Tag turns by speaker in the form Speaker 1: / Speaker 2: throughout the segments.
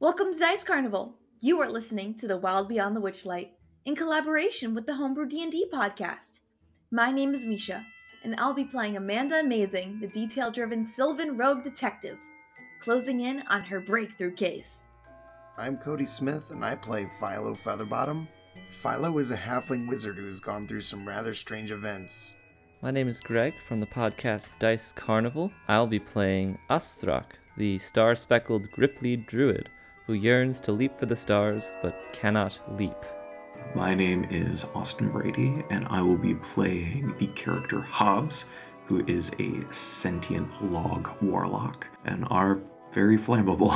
Speaker 1: Welcome to Dice Carnival. You are listening to The Wild Beyond the Witchlight in collaboration with the Homebrew D&D podcast. My name is Misha, and I'll be playing Amanda Amazing, the detail-driven Sylvan rogue detective, closing in on her breakthrough case.
Speaker 2: I'm Cody Smith, and I play Philo Featherbottom. Philo is a halfling wizard who has gone through some rather strange events.
Speaker 3: My name is Greg from the podcast Dice Carnival. I'll be playing Astrak, the star speckled Griplied druid who yearns to leap for the stars but cannot leap.
Speaker 4: My name is Austin Brady, and I will be playing the character Hobbs, who is a sentient log warlock and are very flammable.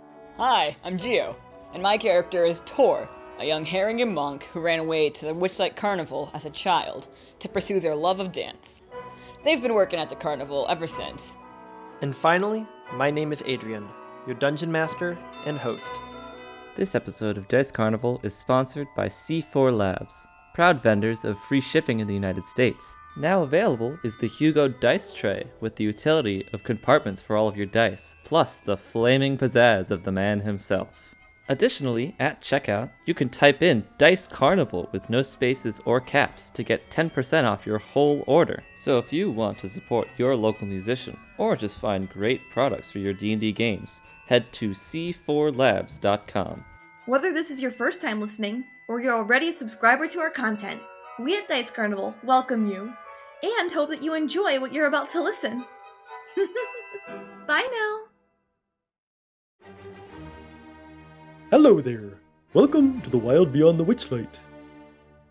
Speaker 5: Hi, I'm Geo, and my character is Tor, a young Haringham monk who ran away to the Witchlight Carnival as a child to pursue their love of dance. They've been working at the carnival ever since.
Speaker 6: And finally, my name is Adrian, your dungeon master and host.
Speaker 3: This episode of Dice Carnival is sponsored by C4 Labs, proud vendors of free shipping in the United States. Now available is the Hugo Dice Tray with the utility of compartments for all of your dice, plus the flaming pizzazz of the man himself. Additionally, at checkout, you can type in Dice Carnival with no spaces or caps to get 10% off your whole order. So if you want to support your local musician or just find great products for your D&D games, head to c4labs.com.
Speaker 1: Whether this is your first time listening or you're already a subscriber to our content, we at Dice Carnival welcome you and hope that you enjoy what you're about to listen. Bye now.
Speaker 7: Hello there! Welcome to the Wild Beyond the Witchlight.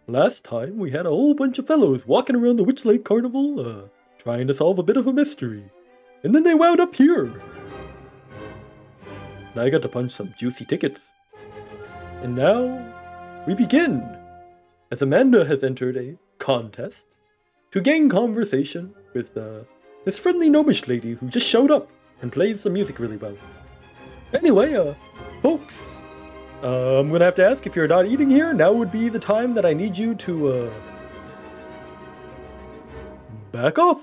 Speaker 7: Last time we had a whole bunch of fellows walking around the Witchlight Carnival, uh, trying to solve a bit of a mystery. And then they wound up here! And I got to punch some juicy tickets. And now, we begin! As Amanda has entered a contest to gain conversation with uh, this friendly gnomish lady who just showed up and plays the music really well. Anyway, uh, folks, uh, I'm gonna have to ask if you're not eating here. Now would be the time that I need you to uh, back off.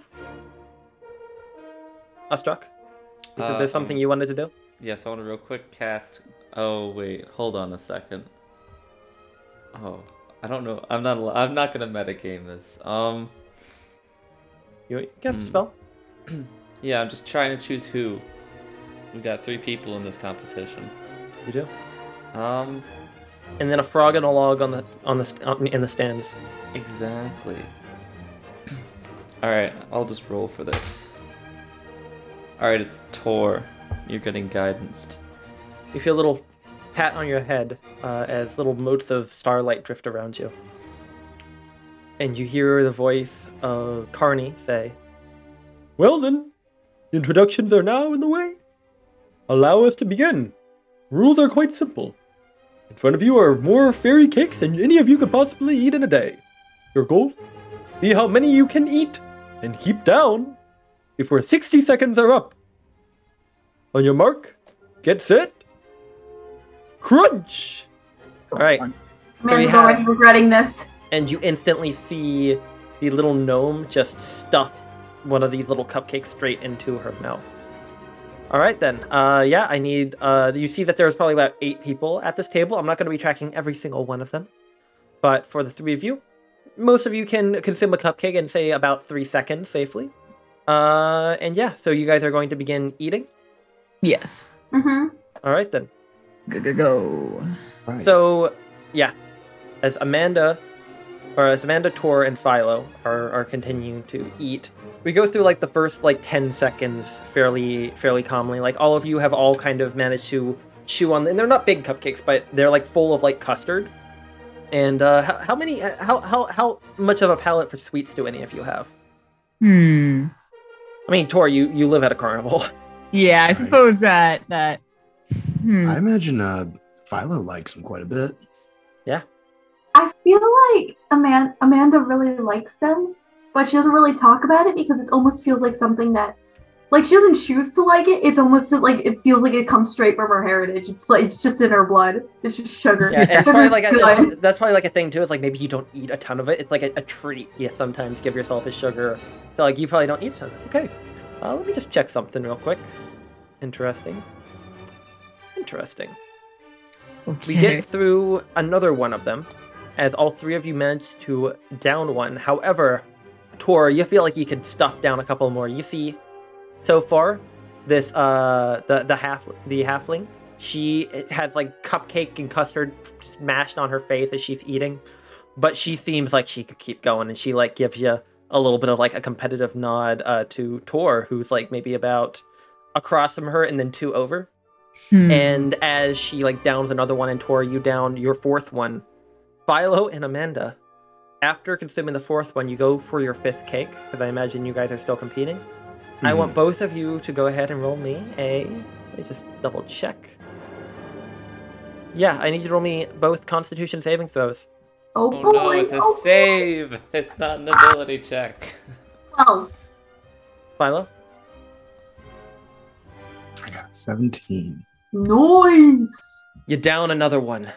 Speaker 7: Astruck, is
Speaker 3: Uh,
Speaker 6: there something you wanted to do?
Speaker 3: Yes, I want to real quick cast. Oh wait, hold on a second. Oh, I don't know. I'm not. al- I'm not gonna metagame this. Um,
Speaker 6: You wanna cast a spell?
Speaker 3: yeah, I'm just trying to choose who. We got three people in this competition.
Speaker 6: You do.
Speaker 3: Um,
Speaker 6: And then a frog and a log on the on the st- on, in the stands.
Speaker 3: exactly. All right, I'll just roll for this. All right, it's Tor. You're getting guidanced.
Speaker 6: You feel a little pat on your head uh, as little motes of starlight drift around you. And you hear the voice of Carney say,
Speaker 7: Well then, introductions are now in the way. Allow us to begin. Rules are quite simple. In front of you are more fairy cakes than any of you could possibly eat in a day. Your goal? See how many you can eat and keep down before 60 seconds are up. On your mark, get set, crunch!
Speaker 6: All right.
Speaker 8: Amanda's
Speaker 6: Yeah.
Speaker 8: already regretting this.
Speaker 6: And you instantly see the little gnome just stuff one of these little cupcakes straight into her mouth. All right, then. Uh, yeah, I need. Uh, you see that there's probably about eight people at this table. I'm not going to be tracking every single one of them. But for the three of you, most of you can consume a cupcake in, say, about three seconds safely. Uh, and yeah, so you guys are going to begin eating.
Speaker 9: Yes.
Speaker 8: hmm
Speaker 6: All right, then.
Speaker 9: Go go go.
Speaker 2: Right.
Speaker 6: So, yeah, as Amanda, or as Amanda Tor and Philo are, are continuing to eat, we go through like the first like ten seconds fairly fairly calmly. Like all of you have all kind of managed to chew on, and they're not big cupcakes, but they're like full of like custard. And uh, how, how many? How how how much of a palate for sweets do any of you have?
Speaker 9: Hmm.
Speaker 6: I mean, Tor, you you live at a carnival.
Speaker 9: Yeah, I
Speaker 2: Right.
Speaker 9: suppose that that. Hmm.
Speaker 2: I imagine uh, Philo likes him quite a bit.
Speaker 8: I feel like Amanda, Amanda really likes them, but she doesn't really talk about it because it almost feels like something that, like, she doesn't choose to like it. It's almost just like it feels like it comes straight from her heritage. It's like it's just in her blood. It's just sugar.
Speaker 6: Yeah, and it's probably
Speaker 8: Sugar's
Speaker 6: like
Speaker 8: good.
Speaker 6: a, that's probably like a thing too. Is like maybe you don't eat a ton of it. It's like a, a treat. You sometimes give yourself a sugar. So like you probably don't eat a ton. Of it. Okay, uh, let me just check something real quick. Interesting. Interesting.
Speaker 9: Okay.
Speaker 6: We get through another one of them, as all three of you manage to down one. However, Tor, you feel like you could stuff down a couple more. You see, so far, this uh the the half the halfling, she has like cupcake and custard mashed on her face as she's eating, but she seems like she could keep going, and she like gives you a little bit of like a competitive nod uh, to Tor, who's like maybe about across from her and then two over.
Speaker 9: Hmm.
Speaker 6: And as she like downs another one and tore you down your fourth one, Philo and Amanda, after consuming the fourth one, you go for your fifth cake because I imagine you guys are still competing. I want both of you to go ahead and roll me a. Let me just double check. Yeah, I need you to roll me both Constitution saving throws.
Speaker 8: Oh,
Speaker 3: Oh
Speaker 8: boy.
Speaker 3: no, it's a
Speaker 8: oh,
Speaker 3: save! It's not an ability check.
Speaker 8: twelve.
Speaker 6: Philo,
Speaker 2: I got 17.
Speaker 8: Nice.
Speaker 6: you down another one,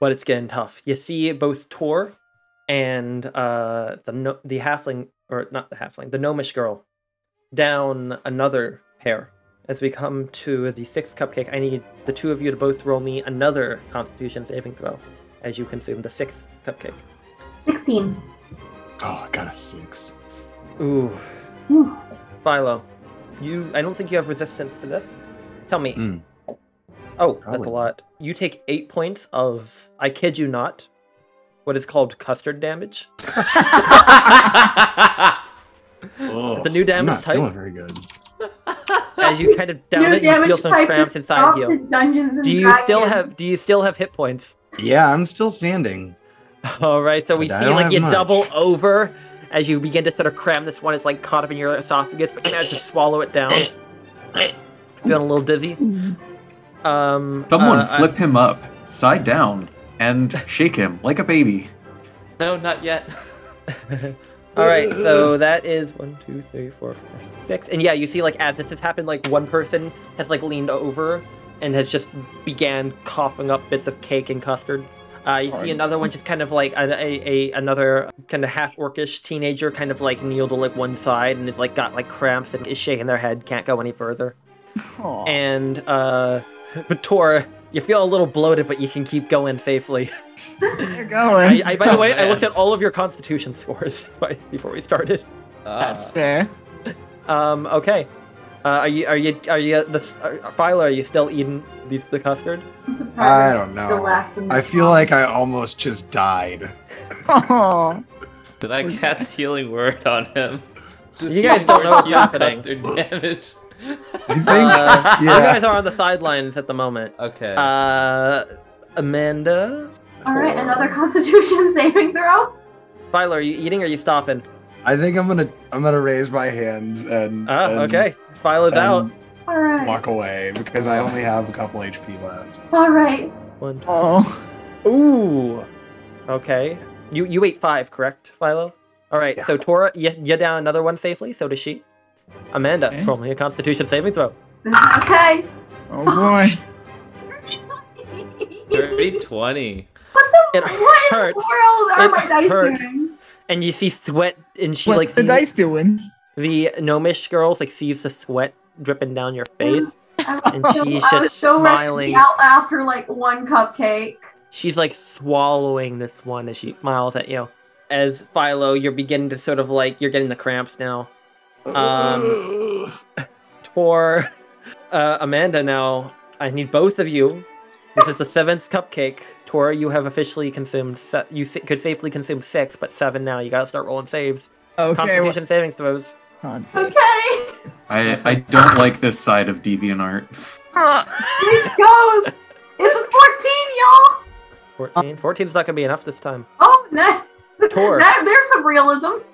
Speaker 6: but it's getting tough. You see both Tor and uh, the no- the halfling or not the halfling, the gnomish girl, down another pair. As we come to the sixth cupcake, I need the two of you to both roll me another Constitution saving throw, as you consume the sixth cupcake.
Speaker 8: Sixteen.
Speaker 2: Oh, I got a 6.
Speaker 6: Ooh,
Speaker 8: Whew.
Speaker 6: Philo, you. I don't think you have resistance to this. Tell me.
Speaker 2: Mm.
Speaker 6: Oh, that's
Speaker 2: Probably.
Speaker 6: a lot. You take eight points of. I kid you not. What is called custard damage.
Speaker 2: Oh,
Speaker 6: The new damage
Speaker 2: I'm not
Speaker 6: type?
Speaker 2: feeling very good.
Speaker 6: as you kind of down
Speaker 8: Your
Speaker 6: it, you feel
Speaker 8: damage
Speaker 6: some
Speaker 8: type
Speaker 6: cramps
Speaker 8: is
Speaker 6: inside
Speaker 8: dropped
Speaker 6: you.
Speaker 8: in Dungeons and
Speaker 6: Do you still
Speaker 8: Dragons.
Speaker 6: have? Do you still have hit points?
Speaker 2: Yeah, I'm still standing.
Speaker 6: All right, so we
Speaker 2: I
Speaker 6: see
Speaker 2: don't
Speaker 6: like
Speaker 2: have
Speaker 6: you
Speaker 2: much.
Speaker 6: double over as you begin to sort of cram this one. It's like caught up in your esophagus, but you manage to swallow it down. Feeling a little dizzy. Um,
Speaker 4: Someone
Speaker 6: uh, I-
Speaker 4: flip him up, side down, and shake him like a baby.
Speaker 3: no, not yet.
Speaker 6: All right, so that is one, two, three, four, five, six, and yeah, you see, like as this has happened, like one person has like leaned over and has just began coughing up bits of cake and custard. Uh, you see another one just kind of like a, a, a another kind of half orcish teenager kind of like kneel to like one side and is like got like cramps and is shaking their head, can't go any further.
Speaker 9: Aw.
Speaker 6: And uh, Tor, you feel a little bloated, but you can keep going safely.
Speaker 9: They're going.
Speaker 6: I, I by the
Speaker 3: Oh,
Speaker 6: way, I
Speaker 3: man.
Speaker 6: looked at all of your constitution scores before we started.
Speaker 9: That's
Speaker 3: Ah,
Speaker 9: fair.
Speaker 6: Um. Okay. Uh, are you are you are you the are, Philo? Are you still eating these the custard?
Speaker 8: I'm surprised
Speaker 2: I don't
Speaker 8: it's
Speaker 2: know.
Speaker 8: The last in
Speaker 2: I
Speaker 8: this
Speaker 2: feel
Speaker 8: one.
Speaker 2: like I almost just died.
Speaker 9: Oh.
Speaker 3: did I cast healing word on him? Does
Speaker 6: You
Speaker 3: he
Speaker 6: guys don't know what's
Speaker 3: heal
Speaker 6: happening.
Speaker 3: custard damage.
Speaker 2: You think?
Speaker 6: Uh, You
Speaker 2: yeah.
Speaker 6: guys are on the sidelines at the moment.
Speaker 3: Okay.
Speaker 6: Uh, Amanda,
Speaker 8: All right, another Constitution saving throw.
Speaker 6: Philo, are you eating or are you stopping?
Speaker 2: I think I'm gonna I'm gonna raise my hands and, and-
Speaker 6: Oh, okay. Philo's
Speaker 2: and
Speaker 6: out.
Speaker 8: All right.
Speaker 2: walk away because I only have a couple HP left.
Speaker 8: All right.
Speaker 6: One.
Speaker 9: Oh.
Speaker 6: Ooh. Okay. You you ate five, correct, Philo? All right.
Speaker 2: Yeah.
Speaker 6: So Tora, you, you down another one safely. So does she. Amanda,
Speaker 9: Okay.
Speaker 6: roll me a Constitution saving throw.
Speaker 8: Okay.
Speaker 9: Oh boy.
Speaker 3: Dirty 20.
Speaker 6: It
Speaker 8: What in the
Speaker 6: hurts.
Speaker 8: world are
Speaker 6: It
Speaker 8: my dice
Speaker 6: hurts.
Speaker 8: doing?
Speaker 6: And you see sweat, and she
Speaker 9: What's
Speaker 6: like
Speaker 9: the
Speaker 6: sees-
Speaker 9: dice doing?
Speaker 6: the gnomish girls like sees the sweat dripping down your face.
Speaker 8: I
Speaker 6: And
Speaker 8: was so,
Speaker 6: she's
Speaker 8: I was
Speaker 6: just
Speaker 8: so ready to be
Speaker 6: smiling.
Speaker 8: out after like one cupcake.
Speaker 6: She's like swallowing this one as she smiles at you. As Philo, you're beginning to sort of like you're getting the cramps now. Um, Tor, uh, Amanda, now I need both of you. This is the seventh cupcake. Tor, you have officially consumed. Se- you sa- could safely consume six, but seven now. You gotta start rolling saves.
Speaker 9: Okay.
Speaker 6: Constitution saving throws.
Speaker 9: well, consti-
Speaker 8: Okay.
Speaker 4: I, I don't like this side of DeviantArt.
Speaker 8: It goes. It's a 14, y'all.
Speaker 6: 14. 14's not gonna be enough this time.
Speaker 8: Oh, that,
Speaker 6: Tor.
Speaker 8: that- there's some realism.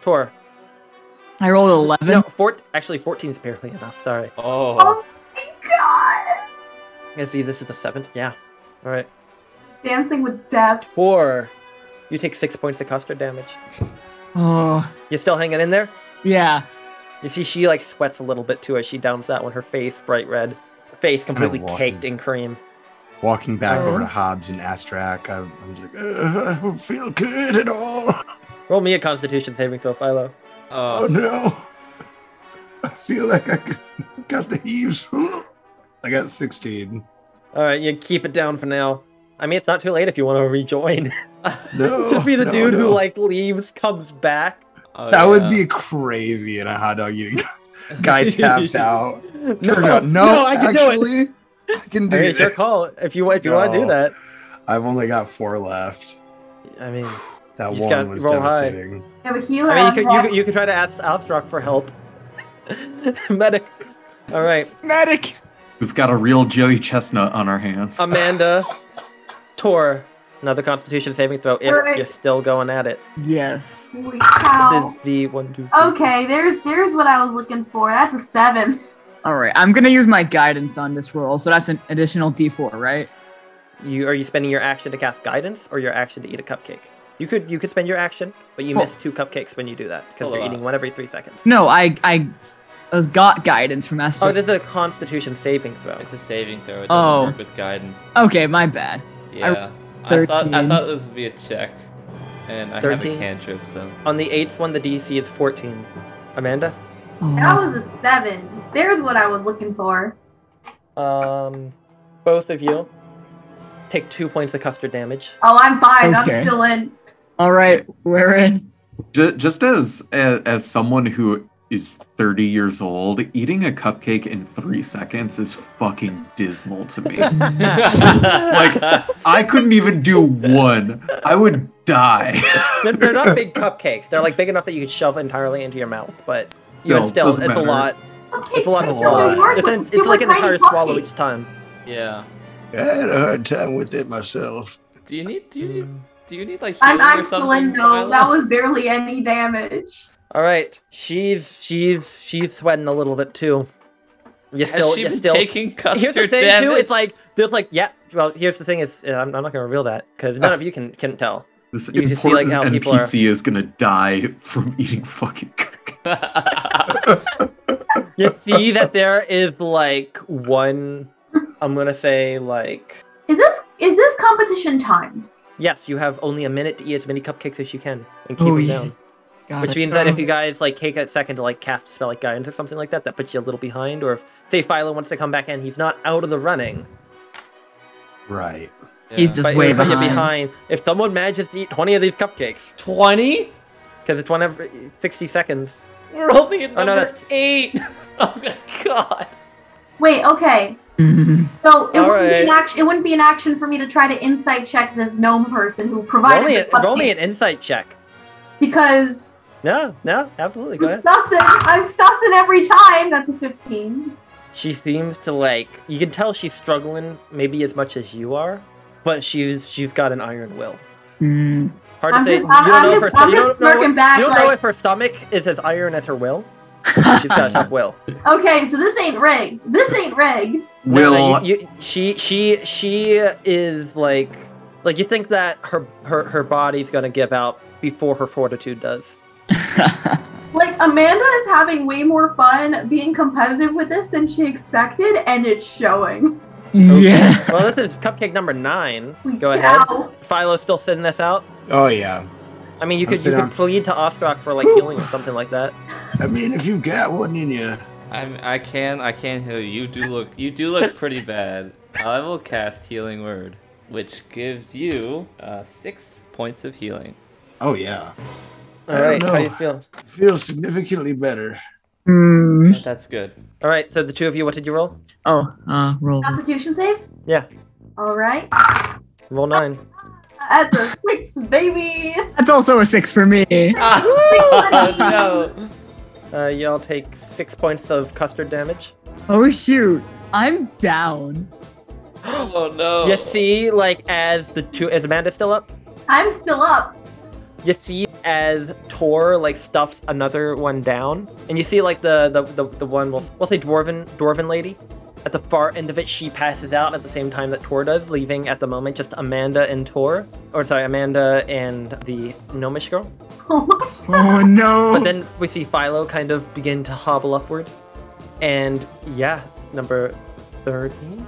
Speaker 6: Tor.
Speaker 9: I rolled eleven.
Speaker 6: No, four- actually, 14's barely enough. Sorry.
Speaker 3: Oh.
Speaker 8: God.
Speaker 6: I see this is the seventh. Yeah. All right.
Speaker 8: Dancing with death.
Speaker 6: Or you take six points of custard damage.
Speaker 9: Oh.
Speaker 6: You still hanging in there?
Speaker 9: Yeah.
Speaker 6: You see, she like sweats a little bit too as she downs that one. Her face bright red, face completely
Speaker 2: walking.
Speaker 6: caked in cream.
Speaker 2: Walking back
Speaker 9: Oh.
Speaker 2: over
Speaker 6: Uh-huh.
Speaker 2: to Hobbs and Astrak, I, I'm just like, "Uh, I don't feel good at all.
Speaker 6: Uh. Roll me a Constitution saving throw, Philo.
Speaker 2: Oh
Speaker 3: Oh.
Speaker 2: no! I feel like I could- got the heaves. I got 16.
Speaker 6: All right, you keep it down for now. I mean, it's not too late if you want to rejoin.
Speaker 2: No,
Speaker 6: Just be the
Speaker 2: Oh, no,
Speaker 6: dude who
Speaker 2: no.
Speaker 6: like leaves, comes back.
Speaker 3: Oh,
Speaker 2: That
Speaker 3: yeah.
Speaker 2: would be crazy in a hot dog eating contest. Guy taps out. Turn out, no,
Speaker 6: I can do it."
Speaker 2: actually, I can do
Speaker 6: I mean,
Speaker 2: it.
Speaker 6: it's your call if you if you want to do
Speaker 2: No.
Speaker 6: that.
Speaker 2: I've only got four left.
Speaker 6: I mean,
Speaker 2: That
Speaker 6: You just
Speaker 2: one
Speaker 6: gotta
Speaker 2: was
Speaker 6: roll high.
Speaker 2: devastating.
Speaker 8: I have a healer.
Speaker 6: I mean, you
Speaker 8: on
Speaker 6: could you could, you could try to ask Alstrock for help. Medic. All right,
Speaker 9: Medic.
Speaker 4: We've got a real Joey Chestnut on our hands.
Speaker 6: Um, Amanda, Tor, another Constitution saving throw. If
Speaker 8: All right.
Speaker 6: you're still going at it,
Speaker 9: Yes.
Speaker 8: Holy
Speaker 6: this
Speaker 8: cow.
Speaker 6: is the one two. three.
Speaker 8: Okay, there's there's what I was looking for. That's a seven.
Speaker 9: All right. I'm gonna use my guidance on this roll, so that's an additional D4, right?
Speaker 6: You are you spending your action to cast guidance or your action to eat a cupcake? You could you could spend your action, but you
Speaker 9: Well-
Speaker 6: miss two cupcakes when you do that because
Speaker 3: Hold
Speaker 6: you're
Speaker 3: on.
Speaker 6: eating one every three seconds.
Speaker 9: No, I I, I got guidance from Esther.
Speaker 6: Oh, this is a Constitution saving throw.
Speaker 3: It's a saving throw. It doesn't
Speaker 9: Oh.
Speaker 3: work with guidance.
Speaker 9: okay, my bad.
Speaker 3: Yeah. I, thought I
Speaker 9: 13.
Speaker 3: thought this would be a check, and I have a
Speaker 6: 13.
Speaker 3: cantrip, so
Speaker 6: On the eighth one, the DC is fourteen. Amanda,
Speaker 8: That
Speaker 9: Oh,
Speaker 8: was a seven. There's what I was looking for.
Speaker 6: um, both of you take two points of custard damage.
Speaker 8: Oh, I'm fine.
Speaker 9: Okay.
Speaker 8: I'm still in.
Speaker 9: all right, we're in.
Speaker 4: Ju- Just as, as as someone who is 30 years old, eating a cupcake in three seconds is fucking dismal to me. like I couldn't even do one. I would die.
Speaker 6: They're, they're not big cupcakes. They're like big enough that you could shove entirely into your mouth, but
Speaker 4: Still,
Speaker 6: even still, it's
Speaker 4: doesn't
Speaker 6: a
Speaker 4: matter.
Speaker 6: lot.
Speaker 8: Okay,
Speaker 6: It's a lot
Speaker 8: so
Speaker 6: of
Speaker 2: It's a
Speaker 8: you're
Speaker 2: lot.
Speaker 8: worth
Speaker 6: It's,
Speaker 8: it.
Speaker 6: an, it's
Speaker 8: Super
Speaker 6: like an
Speaker 8: tiny
Speaker 6: entire
Speaker 8: pocket.
Speaker 6: swallow each time.
Speaker 3: yeah.
Speaker 2: I had a hard time with it myself.
Speaker 3: Do you need do you need
Speaker 6: Mm.
Speaker 3: do you need like
Speaker 8: I'm,
Speaker 3: healing
Speaker 8: I'm
Speaker 3: or
Speaker 8: still in
Speaker 3: something?
Speaker 8: though.
Speaker 3: Violet?
Speaker 8: That was barely any damage.
Speaker 6: All right, she's she's she's sweating a little bit too. You
Speaker 3: Has
Speaker 6: still
Speaker 3: she
Speaker 6: you
Speaker 3: been
Speaker 6: still
Speaker 3: taking custard
Speaker 6: here's the thing
Speaker 3: damage?
Speaker 6: too. It's like there's like yeah. Well, here's the thing is uh, I'm, I'm not gonna reveal that because
Speaker 3: Ah.
Speaker 6: none of you can can tell.
Speaker 4: This
Speaker 6: You just see, like,
Speaker 4: important
Speaker 6: how people are-
Speaker 4: NPC is gonna die from eating fucking cupcake.
Speaker 6: You see that there is like one. I'm gonna say like
Speaker 8: Is this is this competition timed?
Speaker 6: yes. You have only a minute to eat as many cupcakes as you can and keep
Speaker 9: Oh,
Speaker 6: them
Speaker 9: yeah.
Speaker 6: down.
Speaker 9: Got
Speaker 6: Which
Speaker 9: it.
Speaker 6: means that if you guys like take a second to like cast spell like guidance or something like that, that puts you a little behind. Or if say Philo wants to come back in, he's not out of the running.
Speaker 2: Right.
Speaker 9: He's just way
Speaker 6: but you're
Speaker 9: behind.
Speaker 6: behind. If someone manages to eat 20 of these cupcakes,
Speaker 3: twenty.
Speaker 6: because it's one every 60 seconds.
Speaker 3: We're only at
Speaker 6: Oh, no,
Speaker 3: number
Speaker 6: that's-
Speaker 3: eight. Oh my god.
Speaker 8: Wait, okay.
Speaker 9: Mhm.
Speaker 8: So it
Speaker 6: All
Speaker 8: wouldn't, be an
Speaker 6: right.
Speaker 8: action, it wouldn't be an action for me to try to insight check this gnome person who
Speaker 6: Roll me,
Speaker 8: provided
Speaker 6: a-
Speaker 8: the
Speaker 6: roll me
Speaker 8: cupcake
Speaker 6: an insight check.
Speaker 8: because
Speaker 6: No, no, absolutely. Go
Speaker 8: I'm
Speaker 6: ahead.
Speaker 8: sussing. I'm sussing every time. That's a 15.
Speaker 6: She seems to like, you can tell she's struggling maybe as much as you are, but she's she's got an iron will.
Speaker 9: Mm.
Speaker 6: Hard to
Speaker 8: I'm
Speaker 6: say.
Speaker 8: just-
Speaker 6: you don't
Speaker 8: I'm
Speaker 6: know if
Speaker 8: just-
Speaker 6: her,
Speaker 8: I'm
Speaker 6: you don't
Speaker 8: just
Speaker 6: know if-
Speaker 8: smirking back,
Speaker 6: You don't know
Speaker 8: like-
Speaker 6: if her stomach is as iron as her will. She's got a tough will.
Speaker 8: Okay, so this ain't rigged. This ain't rigged.
Speaker 4: Will
Speaker 6: No, no, you, you, she she she is like like you think that her her her body's gonna give out before her fortitude does.
Speaker 8: Like Amanda is having way more fun being competitive with this than she expected, and it's showing.
Speaker 9: yeah.
Speaker 6: Well, this is cupcake number nine.
Speaker 8: Holy
Speaker 6: Go ahead.
Speaker 8: cow.
Speaker 6: Philo's still sitting this out.
Speaker 2: Oh yeah.
Speaker 6: I mean, you
Speaker 2: I'll
Speaker 6: could
Speaker 2: sit
Speaker 6: you could
Speaker 2: down.
Speaker 6: plead to Ostrak for like healing or something like that.
Speaker 2: I mean, if you got one in you,
Speaker 3: I'm I can I can heal you. You do look you do look pretty bad. I will cast healing word, which gives you uh, six points of healing.
Speaker 2: oh yeah,
Speaker 6: All
Speaker 2: I don't
Speaker 6: right, how
Speaker 2: know.
Speaker 6: do you feel?
Speaker 2: feel significantly better.
Speaker 9: Mm.
Speaker 3: That's good.
Speaker 6: All right, so the two of you, what did you roll?
Speaker 9: Oh, uh, roll.
Speaker 8: Constitution save?
Speaker 6: Yeah.
Speaker 8: All right.
Speaker 6: Roll
Speaker 8: Uh,
Speaker 6: nine.
Speaker 8: That's a six, baby.
Speaker 9: That's also a six for me.
Speaker 8: Uh,
Speaker 3: no.
Speaker 6: Uh, y'all take six points of custard damage.
Speaker 9: Oh shoot, I'm down.
Speaker 3: Oh no.
Speaker 6: You see, like as the two, is Amanda still up?
Speaker 8: I'm still up.
Speaker 6: you see as Tor like stuffs another one down, and you see like the the, the, the one we'll, we'll say dwarven dwarven lady. At the far end of it, she passes out at the same time that Tor does, leaving at the moment just Amanda and Tor, or sorry, Amanda and the gnomish girl.
Speaker 8: Oh my-
Speaker 9: Oh no.
Speaker 6: But then we see Philo kind of begin to hobble upwards, and yeah, number thirteen.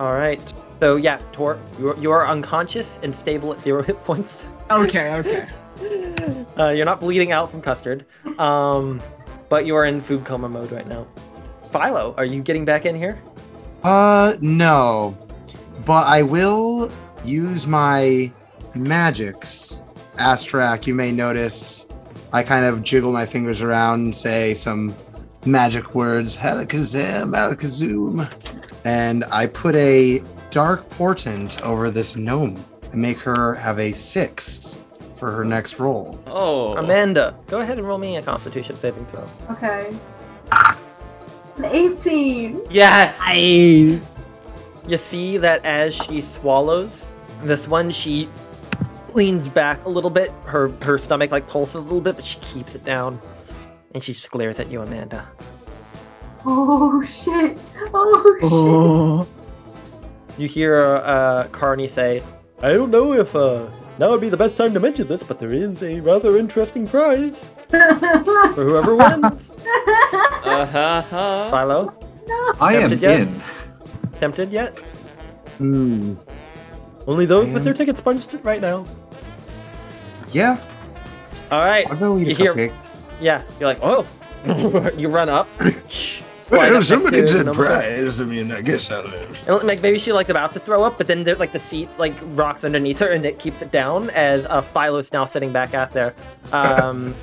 Speaker 6: All right. So yeah, Tor, you are, you are unconscious and stable at zero hit points.
Speaker 9: okay, okay.
Speaker 6: Uh, you're not bleeding out from custard, um, but you are in food coma mode right now. Philo, are you getting back in here?
Speaker 2: Uh, no.
Speaker 10: but I will use my magics. Astrak, you may notice I kind of jiggle my fingers around and say some magic words, Halakazam, Halakazoom. And I put a dark portent over this gnome and make her have a six for her next roll.
Speaker 3: Oh.
Speaker 6: Amanda, go ahead and roll me a Constitution saving throw.
Speaker 8: Okay. An 18.
Speaker 6: Yes.
Speaker 9: I
Speaker 6: You see that as she swallows, this one she leans back a little bit. Her her stomach like pulses a little bit, but she keeps it down, and she just glares at you, Amanda.
Speaker 8: Oh shit. Oh shit.
Speaker 6: You hear uh, Carney say,
Speaker 7: I don't know if uh, now would be the best time to mention this, but there is a rather interesting prize for whoever wins.
Speaker 3: Uh huh.
Speaker 6: "Philo,
Speaker 4: I am
Speaker 6: Tempted yet?
Speaker 4: in.
Speaker 6: tempted yet?
Speaker 10: Hmm.
Speaker 7: Only those with their tickets punched right now.
Speaker 10: Yeah,
Speaker 6: All right.
Speaker 10: I'll go eat a
Speaker 6: You hear-
Speaker 10: cupcake.
Speaker 6: Yeah. You're like, oh. you run up. slide
Speaker 2: Well,
Speaker 6: up
Speaker 2: if
Speaker 6: next
Speaker 2: somebody
Speaker 6: to
Speaker 2: did
Speaker 6: Nomura.
Speaker 2: prize. I mean, I guess I live.
Speaker 6: And like maybe she like about to throw up, but then there, like the seat like rocks underneath her and it keeps it down as uh, Philo's now sitting back out there. Um,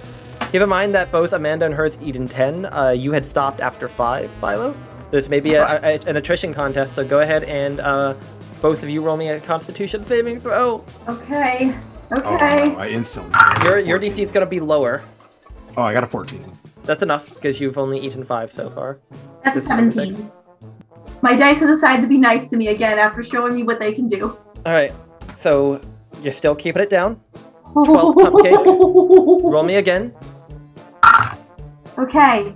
Speaker 6: keep in mind that both Amanda and hers eat in ten. Uh, you had stopped after five, Philo. There's maybe a, a, an attrition contest, so go ahead and uh, both of you roll me a Constitution saving throw.
Speaker 8: Okay.
Speaker 2: Oh,
Speaker 8: Okay.
Speaker 2: wow, I instantly.
Speaker 6: Your your DC is gonna be lower.
Speaker 10: Oh, I got a 14.
Speaker 6: That's enough because you've only eaten five so far.
Speaker 8: That's
Speaker 6: This is number
Speaker 8: 17. My dice have decided to be nice to me again after showing me what they can do.
Speaker 6: All right, so you're still keeping it down. 12 cupcake. Roll me again.
Speaker 8: Okay.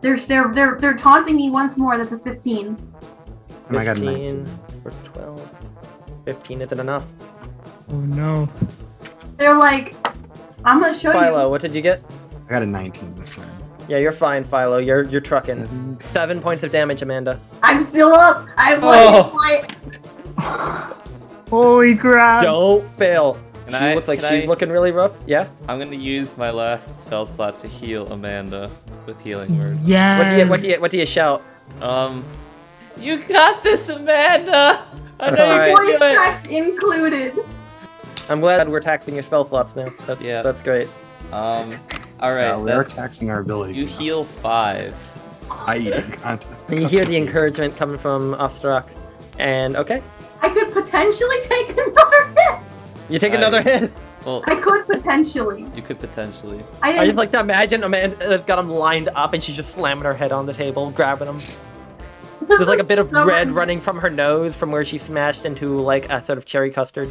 Speaker 8: They're, they're, they're, they're taunting me once more. That's a 15.
Speaker 10: And I got a
Speaker 6: 15
Speaker 10: 19.
Speaker 6: or 12. 15 isn't enough.
Speaker 9: Oh no.
Speaker 8: They're like, I'm going to
Speaker 9: Oh,
Speaker 8: show
Speaker 6: Philo,
Speaker 8: you.
Speaker 6: what did you get?
Speaker 10: I got a 19 this time.
Speaker 6: Yeah, you're fine, Philo. You're you're trucking.
Speaker 10: Seven.
Speaker 6: Seven points of damage, Amanda.
Speaker 8: I'm still up. I'm
Speaker 3: Oh.
Speaker 8: like,
Speaker 9: Holy
Speaker 8: Um,
Speaker 9: crap.
Speaker 6: Don't fail.
Speaker 3: Can
Speaker 6: she
Speaker 3: I-
Speaker 6: looks like
Speaker 3: can
Speaker 6: she's
Speaker 3: I-
Speaker 6: looking really rough. Yeah.
Speaker 3: I'm gonna use my last spell slot to heal Amanda with healing words.
Speaker 9: Yes.
Speaker 6: What do you what do you what do you shout?
Speaker 3: Um, you got this, Amanda. I know
Speaker 6: Alright.
Speaker 3: you
Speaker 8: voice
Speaker 3: can do it.
Speaker 8: cracks included.
Speaker 6: I'm glad we're taxing your spell slots now. That's,
Speaker 3: Yeah.
Speaker 6: That's great.
Speaker 3: Um, all right.
Speaker 10: Uh, we are
Speaker 3: that's,
Speaker 10: taxing our ability.
Speaker 3: you heal five.
Speaker 10: I eat a cunt.
Speaker 6: And you hear the encouragement coming from Ostrak. And okay,
Speaker 8: I could potentially take another hit.
Speaker 6: you take
Speaker 3: Nice.
Speaker 6: another hit.
Speaker 3: Well,
Speaker 8: I could potentially.
Speaker 3: you could potentially.
Speaker 8: I
Speaker 6: I just
Speaker 8: didn't.
Speaker 6: like to imagine Amanda's got him lined up, and she's just slamming her head on the table, grabbing him. There's like a bit of red running from her nose from where she smashed into like a sort of cherry custard.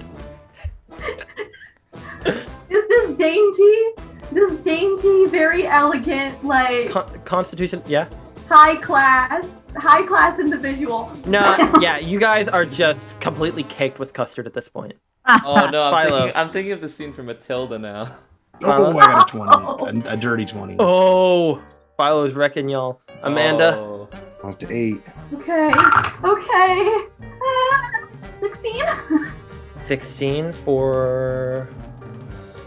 Speaker 8: This is dainty. This dainty, very elegant, like
Speaker 6: Con- Constitution, yeah.
Speaker 8: high class, high class individual.
Speaker 6: No, yeah, you guys are just completely caked with custard at this point.
Speaker 3: Oh no, I'm,
Speaker 6: Philo.
Speaker 3: thinking, I'm thinking of the scene from Matilda now.
Speaker 10: Oh, I got a 20. A, a dirty 20.
Speaker 6: Oh, Philo's wrecking y'all. Amanda,
Speaker 3: Oh.
Speaker 10: Off to 8.
Speaker 8: Okay. Okay. Ah, Sixteen. Oh
Speaker 6: Oh. 16 for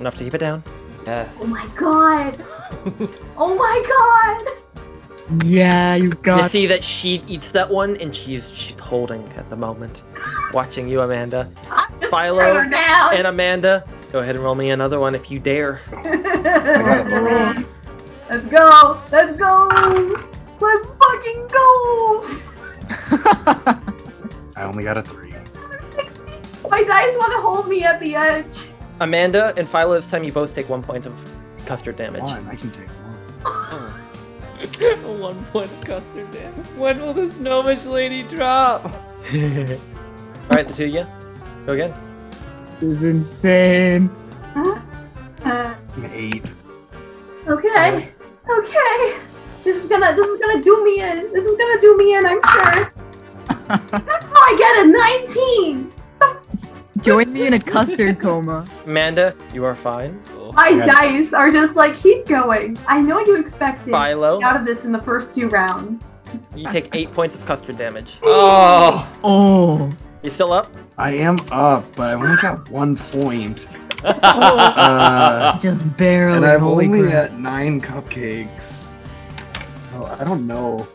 Speaker 6: enough to keep it down.
Speaker 3: Yes.
Speaker 8: oh my god. Oh my god.
Speaker 9: Yeah, you
Speaker 6: You
Speaker 9: got
Speaker 6: see that she eats that one, and she's she's holding at the moment, watching you, Amanda.
Speaker 8: I just
Speaker 6: Philo
Speaker 8: threw her down.
Speaker 6: And Amanda, go ahead and roll me another one if you dare.
Speaker 10: I got a roll.
Speaker 8: Let's go. Let's go. Let's fucking go.
Speaker 10: I only got a 3.
Speaker 8: Sixteen. My dice want to hold me at the edge.
Speaker 6: Amanda and Philo, this time you both take one point of custard damage.
Speaker 10: One, I can take one.
Speaker 3: One point of custard damage. When will this gnomish lady drop?
Speaker 6: All right, the two of you, go again.
Speaker 9: this is insane.
Speaker 8: Uh,
Speaker 10: An 8.
Speaker 8: Okay. Okay. This is gonna this is gonna do me in. This is gonna do me in, I'm sure. Somehow I get a 19!
Speaker 9: Join me in a custard coma.
Speaker 6: Amanda, you are fine.
Speaker 8: My
Speaker 10: Yeah.
Speaker 8: dice are just like keep going. I know you expected to
Speaker 6: Philo,
Speaker 8: get out of this in the first two rounds.
Speaker 6: you take eight points of custard damage.
Speaker 3: Oh.
Speaker 9: Oh.
Speaker 6: You still up?
Speaker 10: I am up, but I only got one point.
Speaker 3: Uh,
Speaker 9: Just barely.
Speaker 10: and I'm
Speaker 9: holy
Speaker 10: only
Speaker 9: crap.
Speaker 10: at 9 cupcakes. So I don't know.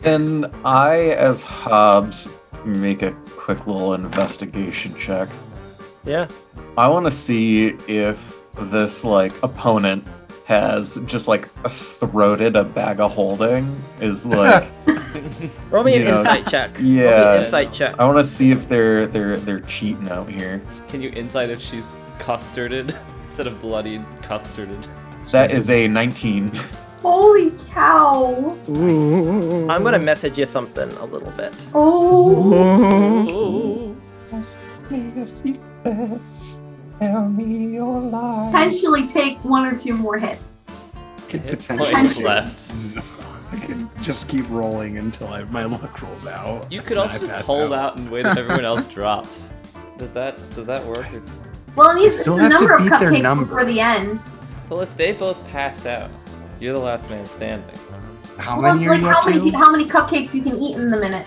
Speaker 4: Can I, as Hobbs, make a quick little investigation check.
Speaker 6: Yeah.
Speaker 4: I want to see if this like opponent has just like throated a bag of holding. Is like
Speaker 6: Roll me an
Speaker 4: Yeah.
Speaker 6: insight check. Roll me
Speaker 4: Yeah.
Speaker 6: an insight check.
Speaker 4: I want to see if they're they're they're cheating out here.
Speaker 3: Can you insight if she's custarded instead of bloodied custarded?
Speaker 4: That is a 19.
Speaker 8: Holy cow!
Speaker 6: I'm gonna message you something a little bit.
Speaker 8: Oh, potentially take one or two more hits.
Speaker 10: Could
Speaker 3: Hit points
Speaker 10: potentially.
Speaker 3: left.
Speaker 10: I could just keep rolling until I, my luck rolls out.
Speaker 3: You could
Speaker 10: and
Speaker 3: also
Speaker 10: I
Speaker 3: just
Speaker 10: pass
Speaker 3: hold out and wait if everyone else drops. Does that does that work? Or-
Speaker 8: Well, it needs
Speaker 10: still
Speaker 8: it's the
Speaker 10: have to
Speaker 8: number of
Speaker 10: beat their
Speaker 8: cupcakes
Speaker 10: number.
Speaker 8: before the end.
Speaker 3: Well, if they both pass out, you're the last man standing.
Speaker 10: How
Speaker 8: Well, it's
Speaker 10: many are
Speaker 8: like
Speaker 10: you
Speaker 8: how
Speaker 10: up
Speaker 8: many
Speaker 10: to?
Speaker 8: how many cupcakes you can eat in a minute.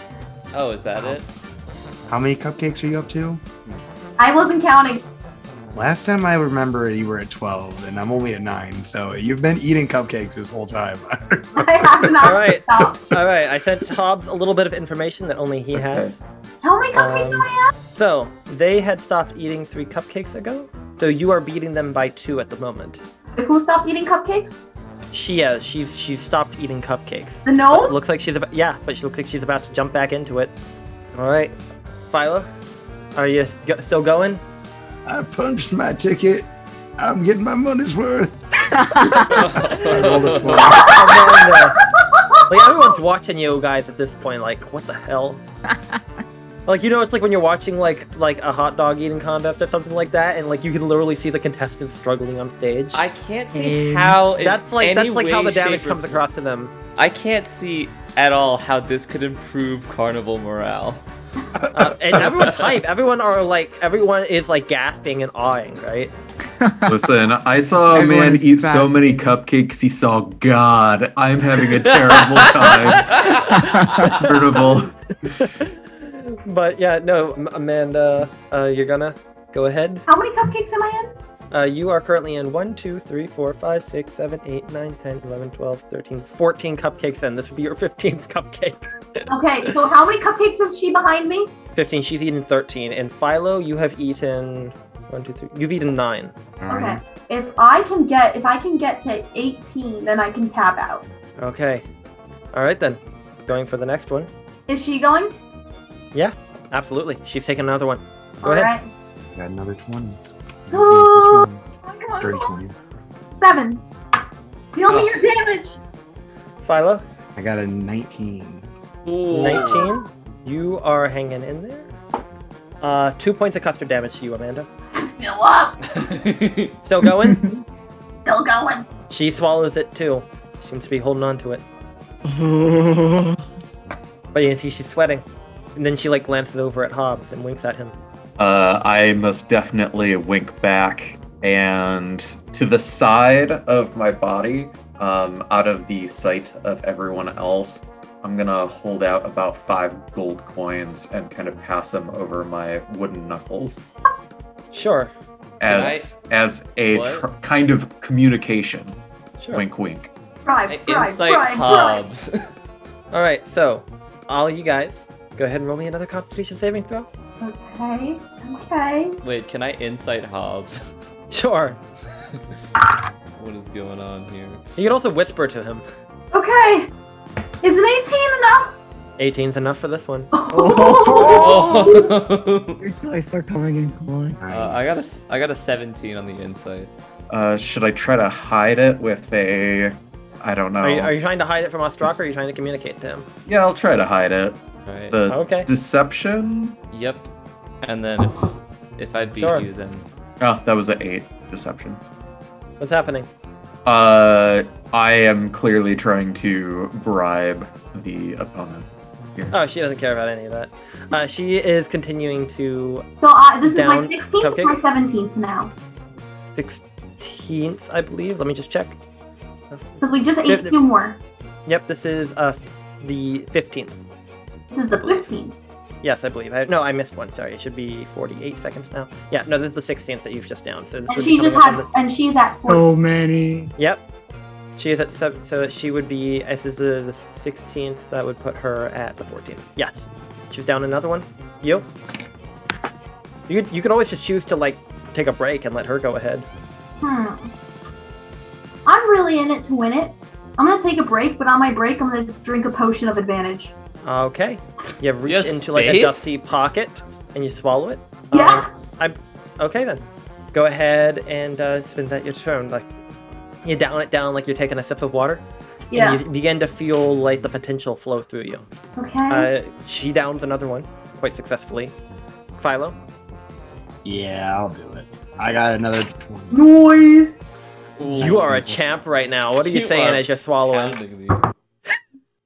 Speaker 3: Oh, is that it?
Speaker 10: How many cupcakes are you up to?
Speaker 8: I wasn't counting.
Speaker 10: Last time I remember, you were at 12, and I'm only at 9, so you've been eating cupcakes this whole time.
Speaker 8: I have not
Speaker 6: All right.
Speaker 8: stopped.
Speaker 6: All right, I sent Hobbs a little bit of information that only he has.
Speaker 8: How many cupcakes
Speaker 6: Um,
Speaker 8: do I have?
Speaker 6: So they had stopped eating three cupcakes ago. So you are beating them by two at the moment.
Speaker 8: Wait, Who stopped eating cupcakes?
Speaker 6: She has. She's she's stopped eating cupcakes.
Speaker 8: The
Speaker 6: But
Speaker 8: gnome?
Speaker 6: looks like she's about. Yeah, but she looks like she's about to jump back into it. All right, Philo, are you s- go- still going?
Speaker 10: I punched my ticket. I'm getting my money's worth. I rolled a 20.
Speaker 6: And then, uh, like everyone's watching you guys at this point. Like, what the hell? like you know, it's like when you're watching like like a hot dog eating contest or something like that, and like you can literally see the contestants struggling on stage.
Speaker 3: I can't see how. in
Speaker 6: that's like
Speaker 3: any
Speaker 6: that's like how
Speaker 3: way,
Speaker 6: the damage
Speaker 3: shape, or
Speaker 6: comes across to them.
Speaker 3: I can't see at all how this could improve carnival morale.
Speaker 6: Uh, and everyone's hype. Everyone are like everyone is like gasping and awing, right?
Speaker 4: Listen, I saw a man
Speaker 10: Everyone's
Speaker 4: eat so
Speaker 10: fast.
Speaker 4: many cupcakes he saw God. I'm having a terrible time. Carnival.
Speaker 6: But yeah, no, M- Amanda, uh, you're gonna go ahead.
Speaker 8: How many cupcakes am I in?
Speaker 6: Uh, you are currently in 1, 2, 3, 4, 5, 6, 7, 8, 9, 10, 11, 12, 13, 14 cupcakes in. This would be your 15th cupcake.
Speaker 8: Okay, so how many cupcakes is she behind me?
Speaker 6: 15, she's eaten 13. And Philo, you have eaten one, two, three. You've eaten 9.
Speaker 8: Okay. If I can get if I can get to 18, then I can tap out.
Speaker 6: Okay. All right then. Going for the next one.
Speaker 8: Is she going?
Speaker 6: Absolutely. She's taking another one. Go
Speaker 8: All
Speaker 6: ahead.
Speaker 8: right.
Speaker 10: Got another 20.
Speaker 8: Oh. Come on, come on,
Speaker 10: Dirty
Speaker 8: come on.
Speaker 10: 20.
Speaker 8: Seven. Deal me your damage.
Speaker 6: Philo,
Speaker 10: I got a 19.
Speaker 6: 19. You are hanging in there. Uh, two points of custard damage to you, Amanda.
Speaker 8: I'm still up.
Speaker 6: Still going?
Speaker 8: Still going.
Speaker 6: she swallows it too. Seems to be holding on to it. But you can see she's sweating. And then she like glances over at Hobbs and winks at him.
Speaker 4: Uh, I most definitely wink back, and to the side of my body, um, out of the sight of everyone else, I'm gonna hold out about five gold coins and kind of pass them over my wooden knuckles
Speaker 6: Sure.
Speaker 4: as as a
Speaker 3: What?
Speaker 4: tr- kind of communication.
Speaker 6: Sure.
Speaker 4: Wink, wink.
Speaker 3: I
Speaker 8: Bribe, bribe,
Speaker 3: insight
Speaker 8: bribe, bribe.
Speaker 3: Hobbs.
Speaker 6: Alright, so all you guys, go ahead and roll me another constitution saving throw.
Speaker 8: Okay, okay.
Speaker 3: Wait, can I insight Hobbs?
Speaker 6: Sure.
Speaker 3: What is going on here?
Speaker 6: You can also whisper to him.
Speaker 8: Okay. Is an 18 enough?
Speaker 6: 18's enough for this one.
Speaker 3: Oh.
Speaker 9: Your dice are coming in calling.
Speaker 3: Uh, I got a s- I got a 17 on the insight.
Speaker 4: Uh, should I try to hide it with a? I don't know.
Speaker 6: Are, you, are you trying to hide it from Ostrock or are you trying to communicate to him?
Speaker 4: Yeah, I'll try to hide it.
Speaker 3: Alright.
Speaker 4: The
Speaker 6: Okay.
Speaker 4: deception.
Speaker 3: Yep. And then if if I beat
Speaker 6: Sure.
Speaker 3: you, then
Speaker 4: Oh, that was an eight. Deception.
Speaker 6: What's happening?
Speaker 4: Uh, I am clearly trying to bribe the opponent.
Speaker 6: Oh, she doesn't care about any of that. Uh, she is continuing to
Speaker 8: So uh, this is my
Speaker 6: Down
Speaker 8: 16th or
Speaker 6: cupcakes?
Speaker 8: 17th now.
Speaker 6: 16th, I believe. Let me just check.
Speaker 8: Because we just
Speaker 6: They're-
Speaker 8: ate
Speaker 6: they're-
Speaker 8: two more.
Speaker 6: Yep, this is uh, f- the 15th.
Speaker 8: This is the 15th.
Speaker 6: Yes, I believe. I, no, I missed one. Sorry, it should be 48 seconds now. Yeah, no, this is the 16th that you've just downed. So this
Speaker 8: And
Speaker 6: would
Speaker 8: she
Speaker 6: be
Speaker 8: just
Speaker 6: coming up
Speaker 8: had,
Speaker 6: on
Speaker 8: and she's at 14.
Speaker 9: So many.
Speaker 6: the- Yep. She is at seven, so she would be. If this is the 16th, that would put her at the 14th. Yes. Choose down another one. You. You could, you could always just choose to like take a break and let her go ahead.
Speaker 8: Hmm. I'm really in it to win it. I'm gonna take a break, but on my break, I'm gonna drink a potion of advantage.
Speaker 6: Okay. You have reached
Speaker 3: Your
Speaker 6: into like a
Speaker 3: space?
Speaker 6: dusty pocket and you swallow it.
Speaker 8: Yeah.
Speaker 6: Um, I'm okay then. Go ahead and uh, spend that your turn. Like you down it down like you're taking a sip of water. and
Speaker 8: Yeah.
Speaker 6: you begin to feel like the potential flow through you.
Speaker 8: Okay.
Speaker 6: Uh, she downs another one quite successfully. Philo.
Speaker 10: Yeah, I'll do it. I got another.
Speaker 8: Noise.
Speaker 6: You are a champ right now. What are you,
Speaker 3: You
Speaker 6: saying
Speaker 3: are
Speaker 6: as you're swallowing?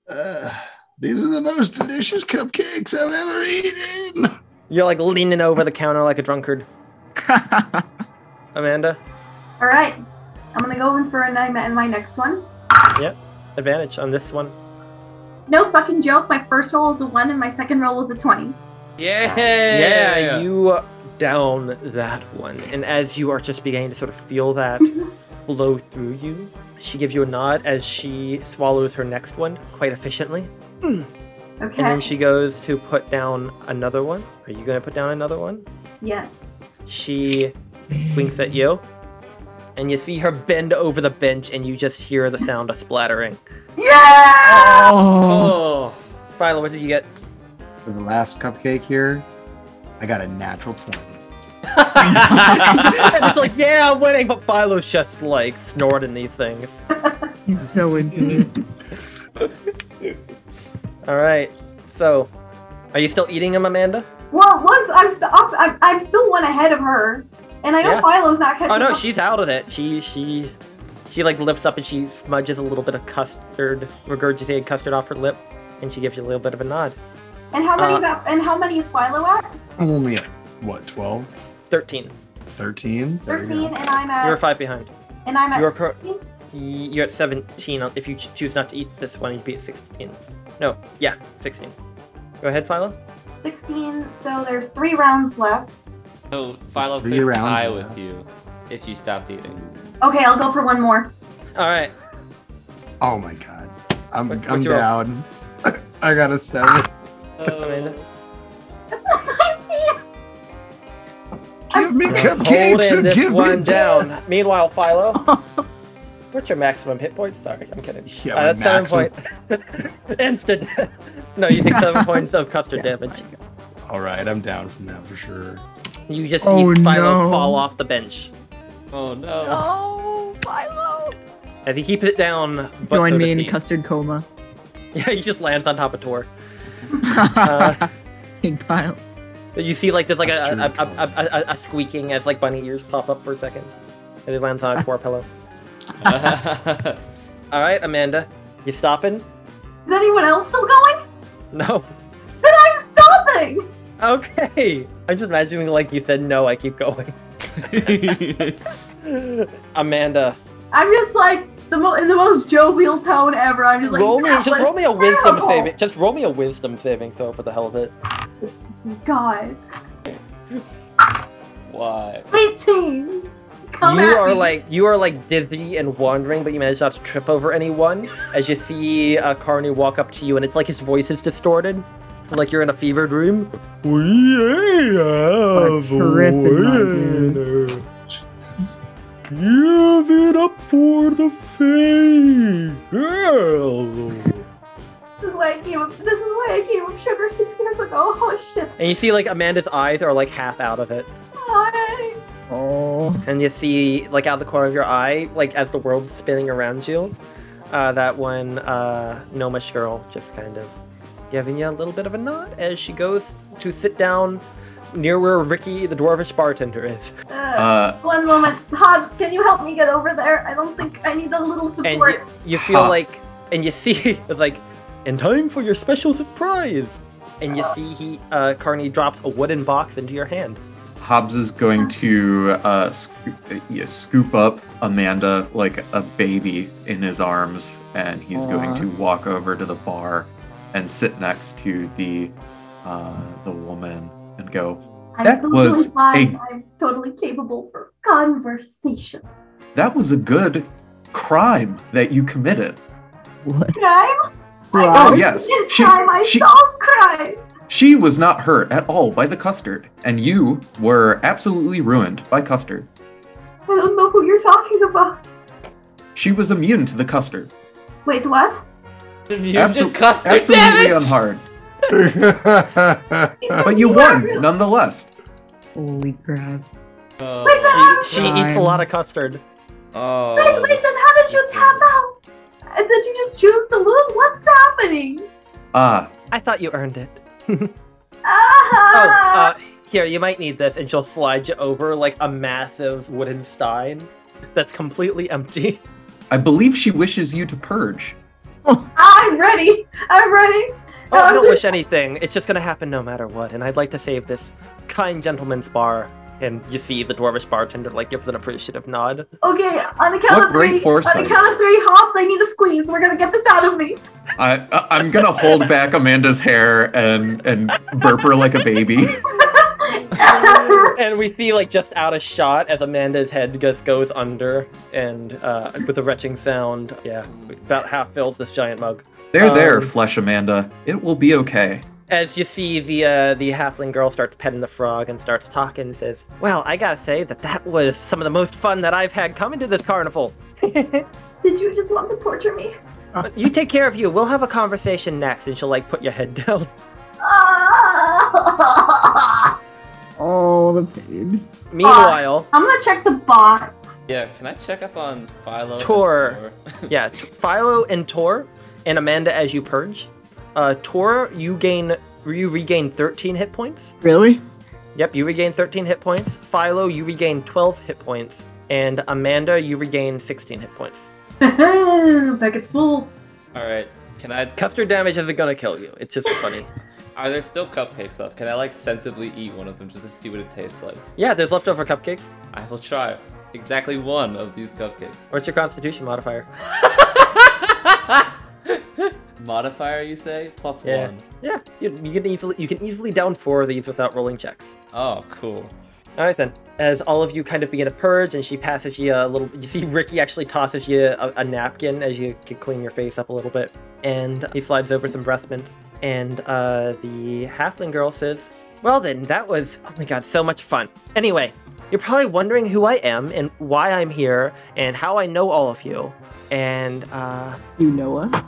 Speaker 10: Uh, these are the most delicious cupcakes I've ever eaten.
Speaker 6: You're like leaning over the counter like a drunkard. Amanda,
Speaker 8: All right. I'm gonna go in for a nine in my next one.
Speaker 6: advantage on this one.
Speaker 8: No fucking joke. My first roll is a one, and my second roll is a twenty.
Speaker 3: Yeah.
Speaker 6: Yeah, you down that one. And as you are just beginning to sort of feel that flow through you, she gives you a nod as she swallows her next one quite efficiently.
Speaker 8: Okay.
Speaker 6: And then she goes to put down another one. Are you going to put down another one?
Speaker 8: yes.
Speaker 6: She winks at you. And you see her bend over the bench, and you just hear the sound of splattering.
Speaker 8: Yeah.
Speaker 6: Oh!
Speaker 9: oh.
Speaker 6: Philo, what did you get?
Speaker 10: For the last cupcake here, I got a natural 20.
Speaker 6: and it's like, yeah, I'm winning, but Philo's just like snorting these things.
Speaker 9: He's so into it.
Speaker 6: All right. So, are you still eating them, Amanda?
Speaker 8: Well, once I'm still up, I'm, I'm still one ahead of her, and I know
Speaker 6: Yeah.
Speaker 8: Philo's not catching
Speaker 6: Oh no,
Speaker 8: up.
Speaker 6: she's out of it. She she she like lifts up and she smudges a little bit of custard, regurgitated custard off her lip, and she gives you a little bit of a nod.
Speaker 8: and how many
Speaker 6: uh,
Speaker 8: got, and how many is Philo at?
Speaker 10: I'm only at, what, 12?
Speaker 6: Thirteen.
Speaker 10: 13? There we go.
Speaker 8: Thirteen, and I'm
Speaker 6: You're
Speaker 8: at
Speaker 6: five behind.
Speaker 8: and I'm at
Speaker 6: You're cur-
Speaker 8: 16?
Speaker 6: you're at seventeen. on- If you ch- choose not to eat this one, you'd be at sixteen. No, yeah, sixteen. Go ahead, Philo.
Speaker 8: sixteen. So there's three rounds left.
Speaker 3: So Philo
Speaker 10: three
Speaker 3: could
Speaker 10: rounds
Speaker 3: tie
Speaker 10: of
Speaker 3: with
Speaker 10: that.
Speaker 3: you if you stopped eating.
Speaker 8: Okay, I'll go for one more.
Speaker 6: All right.
Speaker 10: Oh my god. I'm,
Speaker 6: What-
Speaker 10: I'm
Speaker 6: what's your roll?
Speaker 10: down. I got a 7.
Speaker 6: Amanda?
Speaker 8: That's a nineteen.
Speaker 10: Give me cupcakes
Speaker 6: Holding
Speaker 10: and
Speaker 6: this
Speaker 10: give me
Speaker 6: one
Speaker 10: down.
Speaker 6: down. Meanwhile, Philo. What's your maximum hit points? Sorry, I'm kidding.
Speaker 10: Yeah,
Speaker 6: Uh,
Speaker 10: my
Speaker 6: that's seven point. Instant. no, you take seven points of custard
Speaker 9: Yes,
Speaker 6: damage.
Speaker 9: my God.
Speaker 10: All right, I'm down from that for sure.
Speaker 6: You just see
Speaker 9: Oh,
Speaker 6: Philo
Speaker 9: no.
Speaker 6: fall off the bench
Speaker 3: Oh no.
Speaker 9: Oh, Philo.
Speaker 6: as he keeps it down. But
Speaker 9: Join
Speaker 6: so
Speaker 9: me
Speaker 6: does
Speaker 9: in
Speaker 6: he.
Speaker 9: custard coma.
Speaker 6: Yeah, he just lands on top of Tor. Uh,
Speaker 9: Uh, Philo.
Speaker 6: You see, like there's like a
Speaker 10: Custard
Speaker 6: a, a,
Speaker 10: coma.
Speaker 6: a, a, a squeaking as like bunny ears pop up for a second, and he lands on a Tor pillow. All right, Amanda, you stopping?
Speaker 8: Is anyone else still going?
Speaker 6: No.
Speaker 8: Then I'm stopping.
Speaker 6: Okay. I'm just imagining like you said no, I keep going. Amanda,
Speaker 8: I'm just like the mo- in the most jovial tone ever. I'm just like
Speaker 6: roll me
Speaker 8: "That
Speaker 6: just
Speaker 8: was
Speaker 6: roll me a wisdom
Speaker 8: terrible."
Speaker 6: saving. Just roll me a wisdom saving throw for the hell of it.
Speaker 8: God,
Speaker 3: Why?
Speaker 8: eighteen. Come
Speaker 6: you
Speaker 8: at
Speaker 6: are
Speaker 8: me.
Speaker 6: like you are like dizzy and wandering, but you manage not to trip over anyone as you see uh, Carney walk up to you, and it's like his voice is distorted, like you're in a fever dream.
Speaker 7: We have
Speaker 9: tripping, my
Speaker 7: winner. Give it up for the fake girl.
Speaker 8: This is why I came. Up, this is why I came up sugar six years ago. Oh shit!
Speaker 6: And you see like Amanda's eyes are like half out of it,
Speaker 8: Hi.
Speaker 9: Oh.
Speaker 6: and you see like out of the corner of your eye, like as the world's spinning around you, uh, that one uh, gnomish girl just kind of giving you a little bit of a nod as she goes to sit down near where Ricky, the dwarvish bartender, is.
Speaker 8: Uh,
Speaker 4: Uh,
Speaker 8: one moment, Hobbs. Can you help me get over there? I don't think I need a little
Speaker 6: and
Speaker 8: support.
Speaker 6: you, you feel
Speaker 4: Huh.
Speaker 6: like and you see it's like in time for your special surprise and you see he uh carney drops a wooden box into your hand
Speaker 4: Hobbs is going to uh, scoop, yeah, scoop up Amanda like a baby in his arms, and he's going
Speaker 9: Aw.
Speaker 4: to walk over to the bar and sit next to the uh, the woman and go.
Speaker 8: I'm
Speaker 4: That
Speaker 8: totally
Speaker 4: was
Speaker 8: fine.
Speaker 4: a-
Speaker 8: I'm totally capable for conversation.
Speaker 4: That was a good crime that you committed.
Speaker 9: What?
Speaker 8: Crime?
Speaker 4: Oh
Speaker 8: I
Speaker 4: yes,
Speaker 8: did
Speaker 4: she
Speaker 8: crime. I
Speaker 4: she
Speaker 8: solved crime.
Speaker 4: She was not hurt at all by the custard, and you were absolutely ruined by custard.
Speaker 8: I don't know who you're talking about.
Speaker 4: She was immune to the custard.
Speaker 8: Wait, what?
Speaker 4: Abso- absolutely unharmed. But you won nonetheless.
Speaker 9: Holy crap.
Speaker 6: Oh,
Speaker 8: Wait, then how did
Speaker 6: She
Speaker 8: you,
Speaker 6: eats a lot of custard.
Speaker 8: wait, wait, then how did you tap out? And Did you just choose to lose? What's happening?
Speaker 4: Ah,
Speaker 6: I thought you earned it. Oh,
Speaker 8: Ah!
Speaker 6: uh, here, you might need this. And she'll slide you over like a massive wooden stein that's completely empty.
Speaker 4: I believe she wishes you to purge.
Speaker 8: I'm ready. I'm ready.
Speaker 6: Oh, I
Speaker 8: I'm
Speaker 6: don't
Speaker 8: just-
Speaker 6: wish anything. It's just gonna happen no matter what. And I'd like to save this kind gentleman's bar. And you see the dwarvish bartender like gives an appreciative nod.
Speaker 8: Okay, on the count
Speaker 4: What
Speaker 8: of
Speaker 4: great
Speaker 8: three, on
Speaker 4: foresight.
Speaker 8: the count of three, hops. I need to squeeze. We're gonna get this out of me.
Speaker 4: I, I I'm gonna hold back Amanda's hair and and burp her like a baby.
Speaker 6: And we see like just out of shot as Amanda's head just goes under, and uh, with a retching sound, yeah, about half fills this giant mug.
Speaker 4: There, there,
Speaker 6: Um,
Speaker 4: flesh Amanda. It will be okay.
Speaker 6: As you see, the uh, the halfling girl starts petting the frog and starts talking and says, "Well, I gotta say that that was some of the most fun that I've had coming to this carnival.
Speaker 8: Did you just want to torture me?
Speaker 6: But you take care of you. We'll have a conversation next." And she'll like put your head down.
Speaker 8: Ah!
Speaker 9: Oh, the pain.
Speaker 6: Meanwhile,
Speaker 8: I'm gonna check the box.
Speaker 3: Yeah, can I check up on Philo? and
Speaker 6: Tor.
Speaker 3: Tor?
Speaker 6: yeah, T- Philo and Tor, and Amanda as you purge. Uh, Tor, you gain you regain 13 hit points.
Speaker 9: Really?
Speaker 6: Yep, you regain 13 hit points. Philo, you regain 12 hit points. And Amanda, you regain 16 hit points.
Speaker 8: Beckett's full.
Speaker 3: All right. Can I?
Speaker 6: Custard damage isn't gonna kill you. It's just funny.
Speaker 3: Are there still cupcakes left? Can I like sensibly eat one of them just to see what it tastes like?
Speaker 6: yeah, there's leftover cupcakes.
Speaker 3: I will try exactly one of these cupcakes.
Speaker 6: What's your constitution modifier?
Speaker 3: Modifier, you say? Plus
Speaker 6: Yeah.
Speaker 3: one.
Speaker 6: Yeah, you, you can easily you can easily down four of these without rolling checks.
Speaker 3: Oh, cool.
Speaker 6: All right then. As all of you kind of begin to purge, and she passes you a little, you see Ricky actually tosses you a, a napkin as you can clean your face up a little bit, and he slides over some breath mints. And uh, the halfling girl says, "Well then, that was oh my god, so much fun. Anyway, you're probably wondering who I am and why I'm here and how I know all of you. And uh,
Speaker 9: You know us?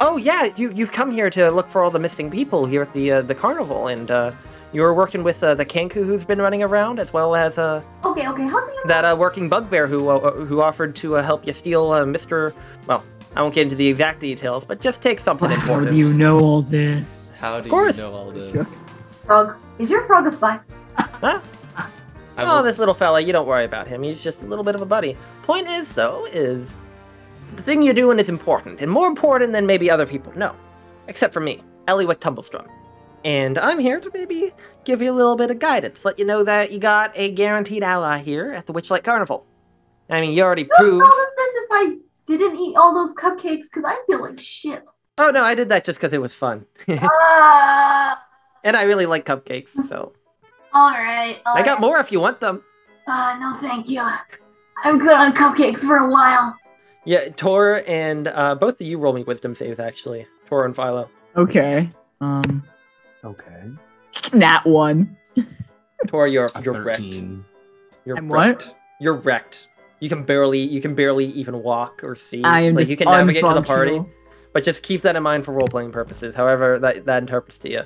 Speaker 6: oh yeah, you you've come here to look for all the missing people here at the uh, the carnival, and uh, you were working with uh, the Kanku who's been running around as well as uh."
Speaker 8: Okay, okay. How do you?
Speaker 6: that uh, working bugbear who uh, who offered to uh, help you steal uh, Mr. Well, I won't get into the exact details, but just take something
Speaker 9: How
Speaker 6: important.
Speaker 9: do you know all this?
Speaker 3: How do you
Speaker 6: course.
Speaker 3: know all
Speaker 9: Just-
Speaker 3: this?
Speaker 8: Frog. Is your frog a spy?
Speaker 6: Huh?
Speaker 3: I
Speaker 6: Oh,
Speaker 3: will-
Speaker 6: this little fella, you don't worry about him. He's just a little bit of a buddy. Point is, though, is the thing you're doing is important, and more important than maybe other people know, except for me, Eliwick Tumblestrom. And I'm here to maybe give you a little bit of guidance, let you know that you got a guaranteed ally here at the Witchlight Carnival. I mean, you already
Speaker 8: Who
Speaker 6: proved.
Speaker 8: told us this if I didn't eat all those cupcakes? Cause I feel like shit.
Speaker 6: Oh no, I did that just because it was fun.
Speaker 8: Ah.
Speaker 6: And I really like cupcakes, so
Speaker 8: all right. all
Speaker 6: I got
Speaker 8: right.
Speaker 6: more if you want them.
Speaker 8: Ah, no, thank you. I'm good on cupcakes for a while.
Speaker 6: Yeah, Tor and uh, both of you roll me wisdom saves actually. Tor and Philo.
Speaker 9: Okay. Um,
Speaker 10: okay.
Speaker 9: nat one.
Speaker 6: Tor, you're
Speaker 10: A
Speaker 6: you're wrecked.
Speaker 10: 13.
Speaker 6: You're
Speaker 9: I'm
Speaker 6: wrecked.
Speaker 9: what?
Speaker 6: You're wrecked. You can barely you can barely even walk or see.
Speaker 9: I am
Speaker 6: like
Speaker 9: just
Speaker 6: you can navigate to the party,
Speaker 9: unfunctional.
Speaker 6: but just keep that in mind for role playing purposes. However, that that interprets to you.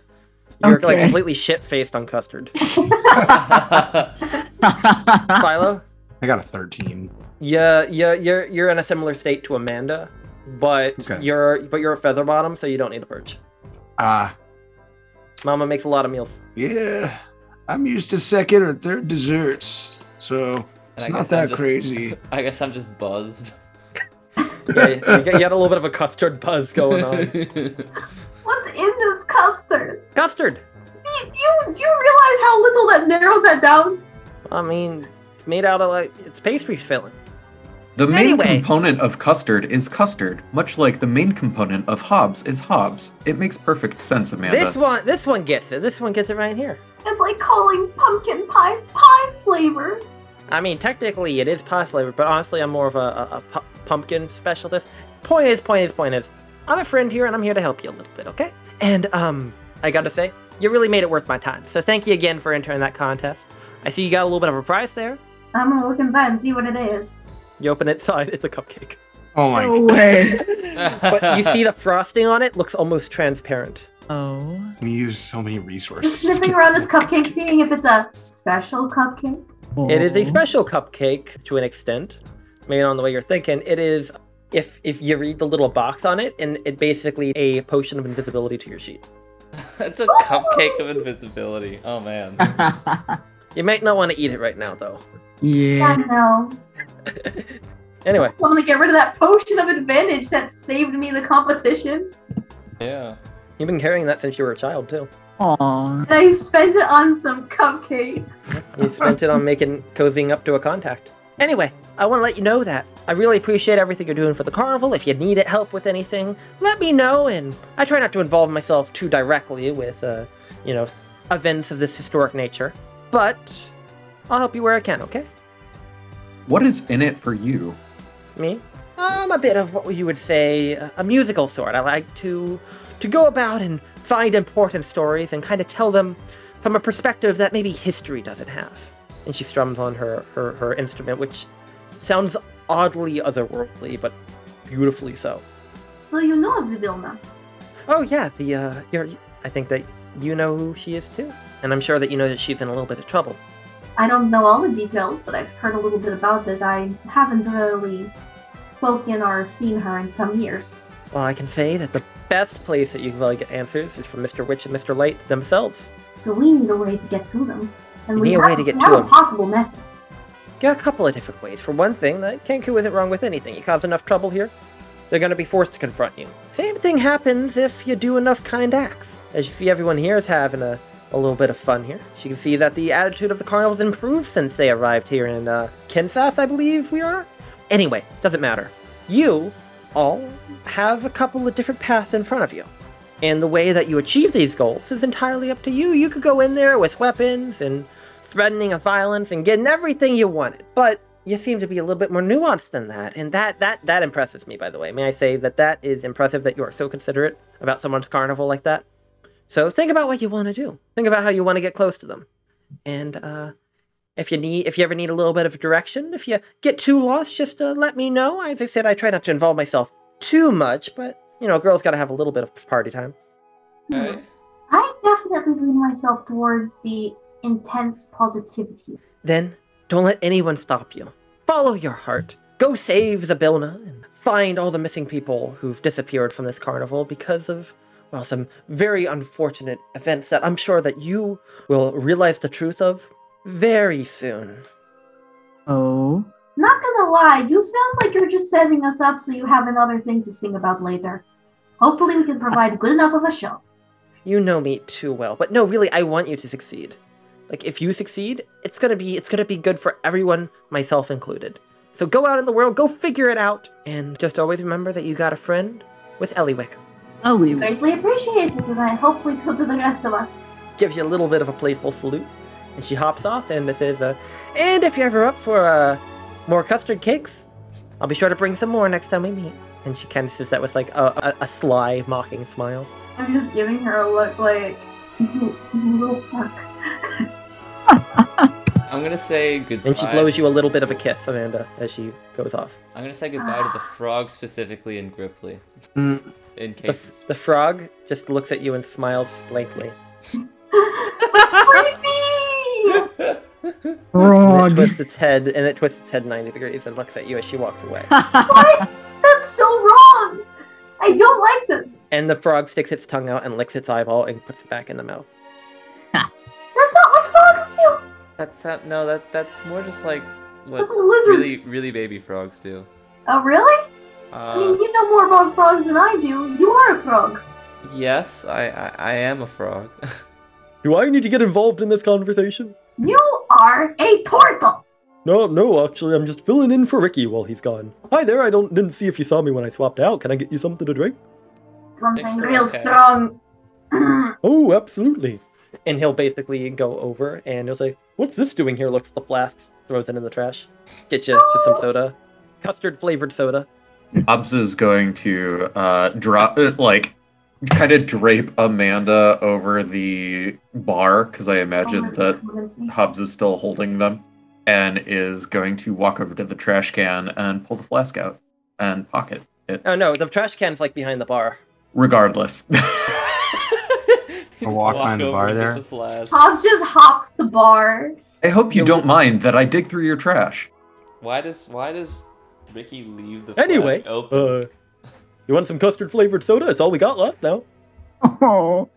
Speaker 6: You're like
Speaker 9: Okay.
Speaker 6: completely shit faced on custard. Philo,
Speaker 10: I got a 13.
Speaker 6: yeah, yeah, you're you're in a similar state to Amanda, but
Speaker 10: Okay.
Speaker 6: you're but you're a feather bottom, so you don't need a purge.
Speaker 10: Ah,
Speaker 6: Mama makes a lot of meals.
Speaker 10: yeah. I'm used to second or third desserts, so
Speaker 3: And I
Speaker 10: it's not
Speaker 3: guess I'm
Speaker 10: that
Speaker 3: just-
Speaker 10: crazy.
Speaker 3: I guess I'm just buzzed.
Speaker 6: Yeah, you, got, you got a little bit of a custard buzz going on.
Speaker 8: What's in this custard?
Speaker 6: custard.
Speaker 8: Do you, do you do you realize how little that narrows that down?
Speaker 6: I mean, it's made out of like it's pastry filling.
Speaker 4: The main
Speaker 6: Anyway.
Speaker 4: component of custard is custard, much like the main component of Hobbs is Hobbs. It makes perfect sense, Amanda.
Speaker 6: This one, this one gets it. This one gets it right here.
Speaker 8: It's like calling pumpkin pie pie flavor.
Speaker 6: I mean, technically it is pie flavored, but honestly, I'm more of a, a, a pu- pumpkin specialist. Point is, point is, point is, I'm a friend here, and I'm here to help you a little bit, okay? And um, I gotta say, you really made it worth my time. So thank you again for entering that contest. I see you got a little bit of a prize there.
Speaker 8: I'm gonna look inside and see what it is.
Speaker 6: You open it inside, it's a cupcake.
Speaker 10: Oh my
Speaker 9: No way.
Speaker 6: But you see the frosting on it looks almost transparent.
Speaker 9: Oh.
Speaker 10: We use so many
Speaker 8: Just
Speaker 10: resources.
Speaker 8: sniffing around this cupcake, seeing if it's a special cupcake.
Speaker 6: It is a
Speaker 9: Oh.
Speaker 6: special cupcake to an extent, maybe not in the way you're thinking. It is, if if you read the little box on it, and it basically a potion of invisibility to your sheet.
Speaker 3: That's a cupcake of invisibility. Oh man.
Speaker 6: You might not want to eat it right now, though.
Speaker 8: Yeah,
Speaker 9: yeah.
Speaker 8: no.
Speaker 6: Anyway,
Speaker 8: So I'm gonna get rid of that potion of advantage that saved me the competition.
Speaker 3: Yeah.
Speaker 6: you've been carrying that since you were a child too.
Speaker 9: Aw.
Speaker 8: And I spent it on some cupcakes.
Speaker 6: You spent it on making cozying up to a contact. Anyway, I want to let you know that I really appreciate everything you're doing for the carnival. If you need help with anything, let me know. And I try not to involve myself too directly with, uh, you know, events of this historic nature. But I'll help you where I can. Okay?
Speaker 4: What is in it for you?
Speaker 6: Me? I'm Um, a bit of what you would say uh, a musical sort. I like to to go about and find important stories and kind of tell them from a perspective that maybe history doesn't have. And she strums on her her, her instrument, which sounds oddly otherworldly, but beautifully so.
Speaker 8: So you know of Zibilna.
Speaker 6: Oh yeah, the uh, you're, I think that you know who she is too, and I'm sure that you know that she's in a little bit of trouble.
Speaker 8: I don't know all the details, but I've heard a little bit about it. I haven't really spoken or seen her in some years.
Speaker 6: Well, I can say that the best place that you can really get answers is from Mr. Witch and Mr. Light themselves.
Speaker 8: So we need a way to get to them. And
Speaker 6: You
Speaker 8: we
Speaker 6: need a
Speaker 8: have,
Speaker 6: way to get
Speaker 8: we
Speaker 6: to
Speaker 8: have a
Speaker 6: them.
Speaker 8: possible method.
Speaker 6: Yeah, a couple of different ways. For one thing, that Kenku isn't wrong with anything. You cause enough trouble here, they're gonna be forced to confront you. Same thing happens if you do enough kind acts. As you see, everyone here is having a, a little bit of fun here. You can see that the attitude of the carnival's improved since they arrived here in uh, Kinsath, I believe we are. Anyway, doesn't matter. You all have a couple of different paths in front of you. And the way that you achieve these goals is entirely up to you. You could go in there with weapons and threatening of violence and getting everything you wanted. But you seem to be a little bit more nuanced than that, and that that that impresses me. By the way, may I say that that is impressive that you are so considerate about someone's carnival like that. So think about what you want to do. Think about how you want to get close to them, and uh, if you need if you ever need a little bit of direction, if you get too lost, just uh, let me know. As I said, I try not to involve myself too much, but you know, a girl's got to have a little bit of party time.
Speaker 8: Hmm.
Speaker 3: Alright.
Speaker 8: I definitely lean myself towards the intense positivity.
Speaker 6: Then don't let anyone stop you. Follow your heart. Go save Zabilna and find all the missing people who've disappeared from this carnival because of, well, some very unfortunate events that I'm sure that you will realize the truth of very soon.
Speaker 9: Oh.
Speaker 8: Not gonna lie, you sound like you're just setting us up so you have another thing to sing about later. Hopefully, we can provide good enough of a show.
Speaker 6: You know me too well, but no, really, I want you to succeed. Like, if you succeed, it's gonna be it's gonna be good for everyone, myself included. So go out in the world, go figure it out, and just always remember that you got a friend with Eliwick.
Speaker 9: I'll leave it.
Speaker 8: Greatly appreciated, and I hopefully so do the rest of us.
Speaker 6: gives you a little bit of a playful salute, and she hops off and says, uh, "And if you're ever up for uh, more custard cakes, I'll be sure to bring some more next time we meet." And she kind of says that with like a, a, a sly, mocking smile.
Speaker 8: I'm just giving her a look like, you, you little fuck.
Speaker 3: I'm gonna say goodbye.
Speaker 6: And she blows you a little bit of a kiss, Amanda, as she goes off.
Speaker 3: I'm gonna say goodbye to the frog specifically and Gripply.
Speaker 10: Mm.
Speaker 3: In
Speaker 6: The,
Speaker 3: case
Speaker 6: f- the frog just looks at you and smiles blankly.
Speaker 8: That's
Speaker 3: it's...
Speaker 9: Oh,
Speaker 6: And it
Speaker 9: Frog.
Speaker 6: twists its head, and it twists its head 90 degrees and looks at you as she walks away.
Speaker 8: creepy! That's so wrong! I don't like this!
Speaker 6: and the frog sticks its tongue out and licks its eyeball and puts it back in the mouth.
Speaker 8: That's not what frogs do!
Speaker 3: That's not, no, that that's more just like what
Speaker 8: That's a lizard!
Speaker 3: really really baby frogs do.
Speaker 8: Oh, really? I
Speaker 3: Uh,
Speaker 8: mean, you know more about frogs than I do. You are a frog.
Speaker 3: yes, I, I I am a frog.
Speaker 7: Do I need to get involved in this conversation?
Speaker 8: You are a turtle!
Speaker 7: No, no, actually, I'm just filling in for Ricky while he's gone. Hi there, I don't didn't see if you saw me when I swapped out. Can I get you something to drink?
Speaker 8: Something
Speaker 3: Okay.
Speaker 8: real strong.
Speaker 7: Oh, absolutely.
Speaker 6: And he'll basically go over and he'll say, What's this doing here? Looks at the flask, throws it in the trash. Get you just some soda. Custard flavored soda.
Speaker 4: Hobbs is going to uh, drop, like, kind of drape Amanda over the bar because I
Speaker 8: Oh
Speaker 4: imagine that Hobbs is still holding them and is going to walk over to the trash can and pull the flask out and pocket it.
Speaker 6: Oh no, the trash can's like behind the bar.
Speaker 4: Regardless.
Speaker 10: I walk behind the
Speaker 3: over
Speaker 10: bar
Speaker 3: and get
Speaker 10: there.
Speaker 3: the flask.
Speaker 8: Hobbs just hops the bar.
Speaker 4: I hope you
Speaker 7: Yeah,
Speaker 4: don't
Speaker 7: we-
Speaker 4: mind that I dig through your trash.
Speaker 3: Why does why does Ricky leave the
Speaker 7: Anyway,
Speaker 3: flask open?
Speaker 7: uh, you want some custard flavored soda? It's all we got left now.
Speaker 9: Oh,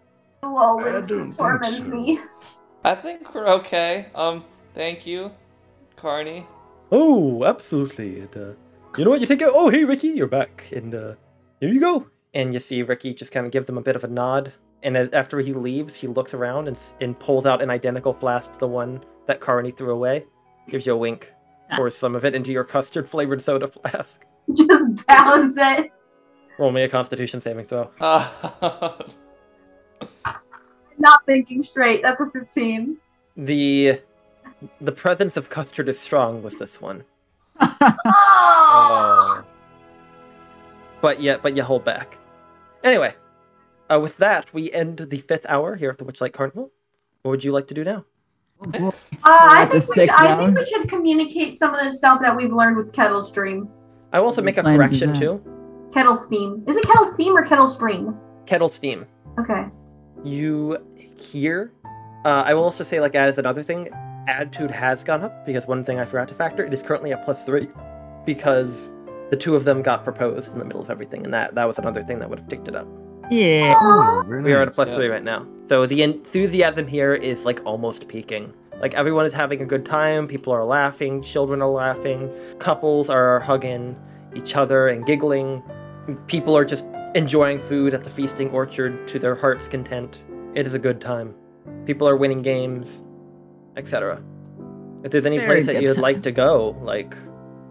Speaker 8: You
Speaker 2: I
Speaker 8: always
Speaker 2: don't think
Speaker 8: torment
Speaker 2: so.
Speaker 8: me.
Speaker 3: I think we're okay. Um, thank you, Carney.
Speaker 7: Oh, absolutely. And uh, you know what? You take it. Oh, hey, Ricky, you're back. And uh, here you go.
Speaker 6: And you see Ricky just kind of gives him a bit of a nod. And as, after he leaves, he looks around and, s- and pulls out an identical flask to the one that Carney threw away. Gives you a wink. Pours some of it into your custard flavored soda flask.
Speaker 8: Just downs it.
Speaker 6: Roll me a constitution saving throw.
Speaker 3: Uh,
Speaker 8: Not thinking straight. That's a 15.
Speaker 6: The the presence of custard is strong with this one.
Speaker 8: Oh!
Speaker 6: But yeah, but you hold back. Anyway, uh, with that, we end the fifth hour here at the Witchlight Carnival. What would you like to do now?
Speaker 9: boy.
Speaker 8: Uh, I,
Speaker 9: That's a
Speaker 8: think we,
Speaker 9: six
Speaker 8: I think
Speaker 9: now.
Speaker 8: we should communicate some of the stuff that we've learned with Kettle Stream.
Speaker 6: I also
Speaker 9: We
Speaker 6: make a
Speaker 9: plan to do
Speaker 6: correction
Speaker 9: that.
Speaker 6: too.
Speaker 8: Kettle Steam. Is it Kettle Steam or Kettle Stream?
Speaker 6: Kettle steam.
Speaker 8: Okay.
Speaker 6: You hear? Uh, I will also say, like as another thing, attitude has gone up because one thing I forgot to factor. It is currently a plus three because the two of them got proposed in the middle of everything, and that that was another thing that would have ticked it up.
Speaker 9: yeah.
Speaker 8: Ah,
Speaker 10: Ooh, very
Speaker 6: We are at a
Speaker 10: nice.
Speaker 6: plus
Speaker 3: Yeah.
Speaker 6: three right now. So the enthusiasm here is like almost peaking. Like everyone is having a good time. People are laughing. Children are laughing. Couples are hugging each other and giggling. People are just enjoying food at the feasting orchard to their heart's content. It is a good time. People are winning games, etc. If there's any
Speaker 9: Very
Speaker 6: place that
Speaker 9: good
Speaker 6: you'd
Speaker 9: time.
Speaker 6: like to go, like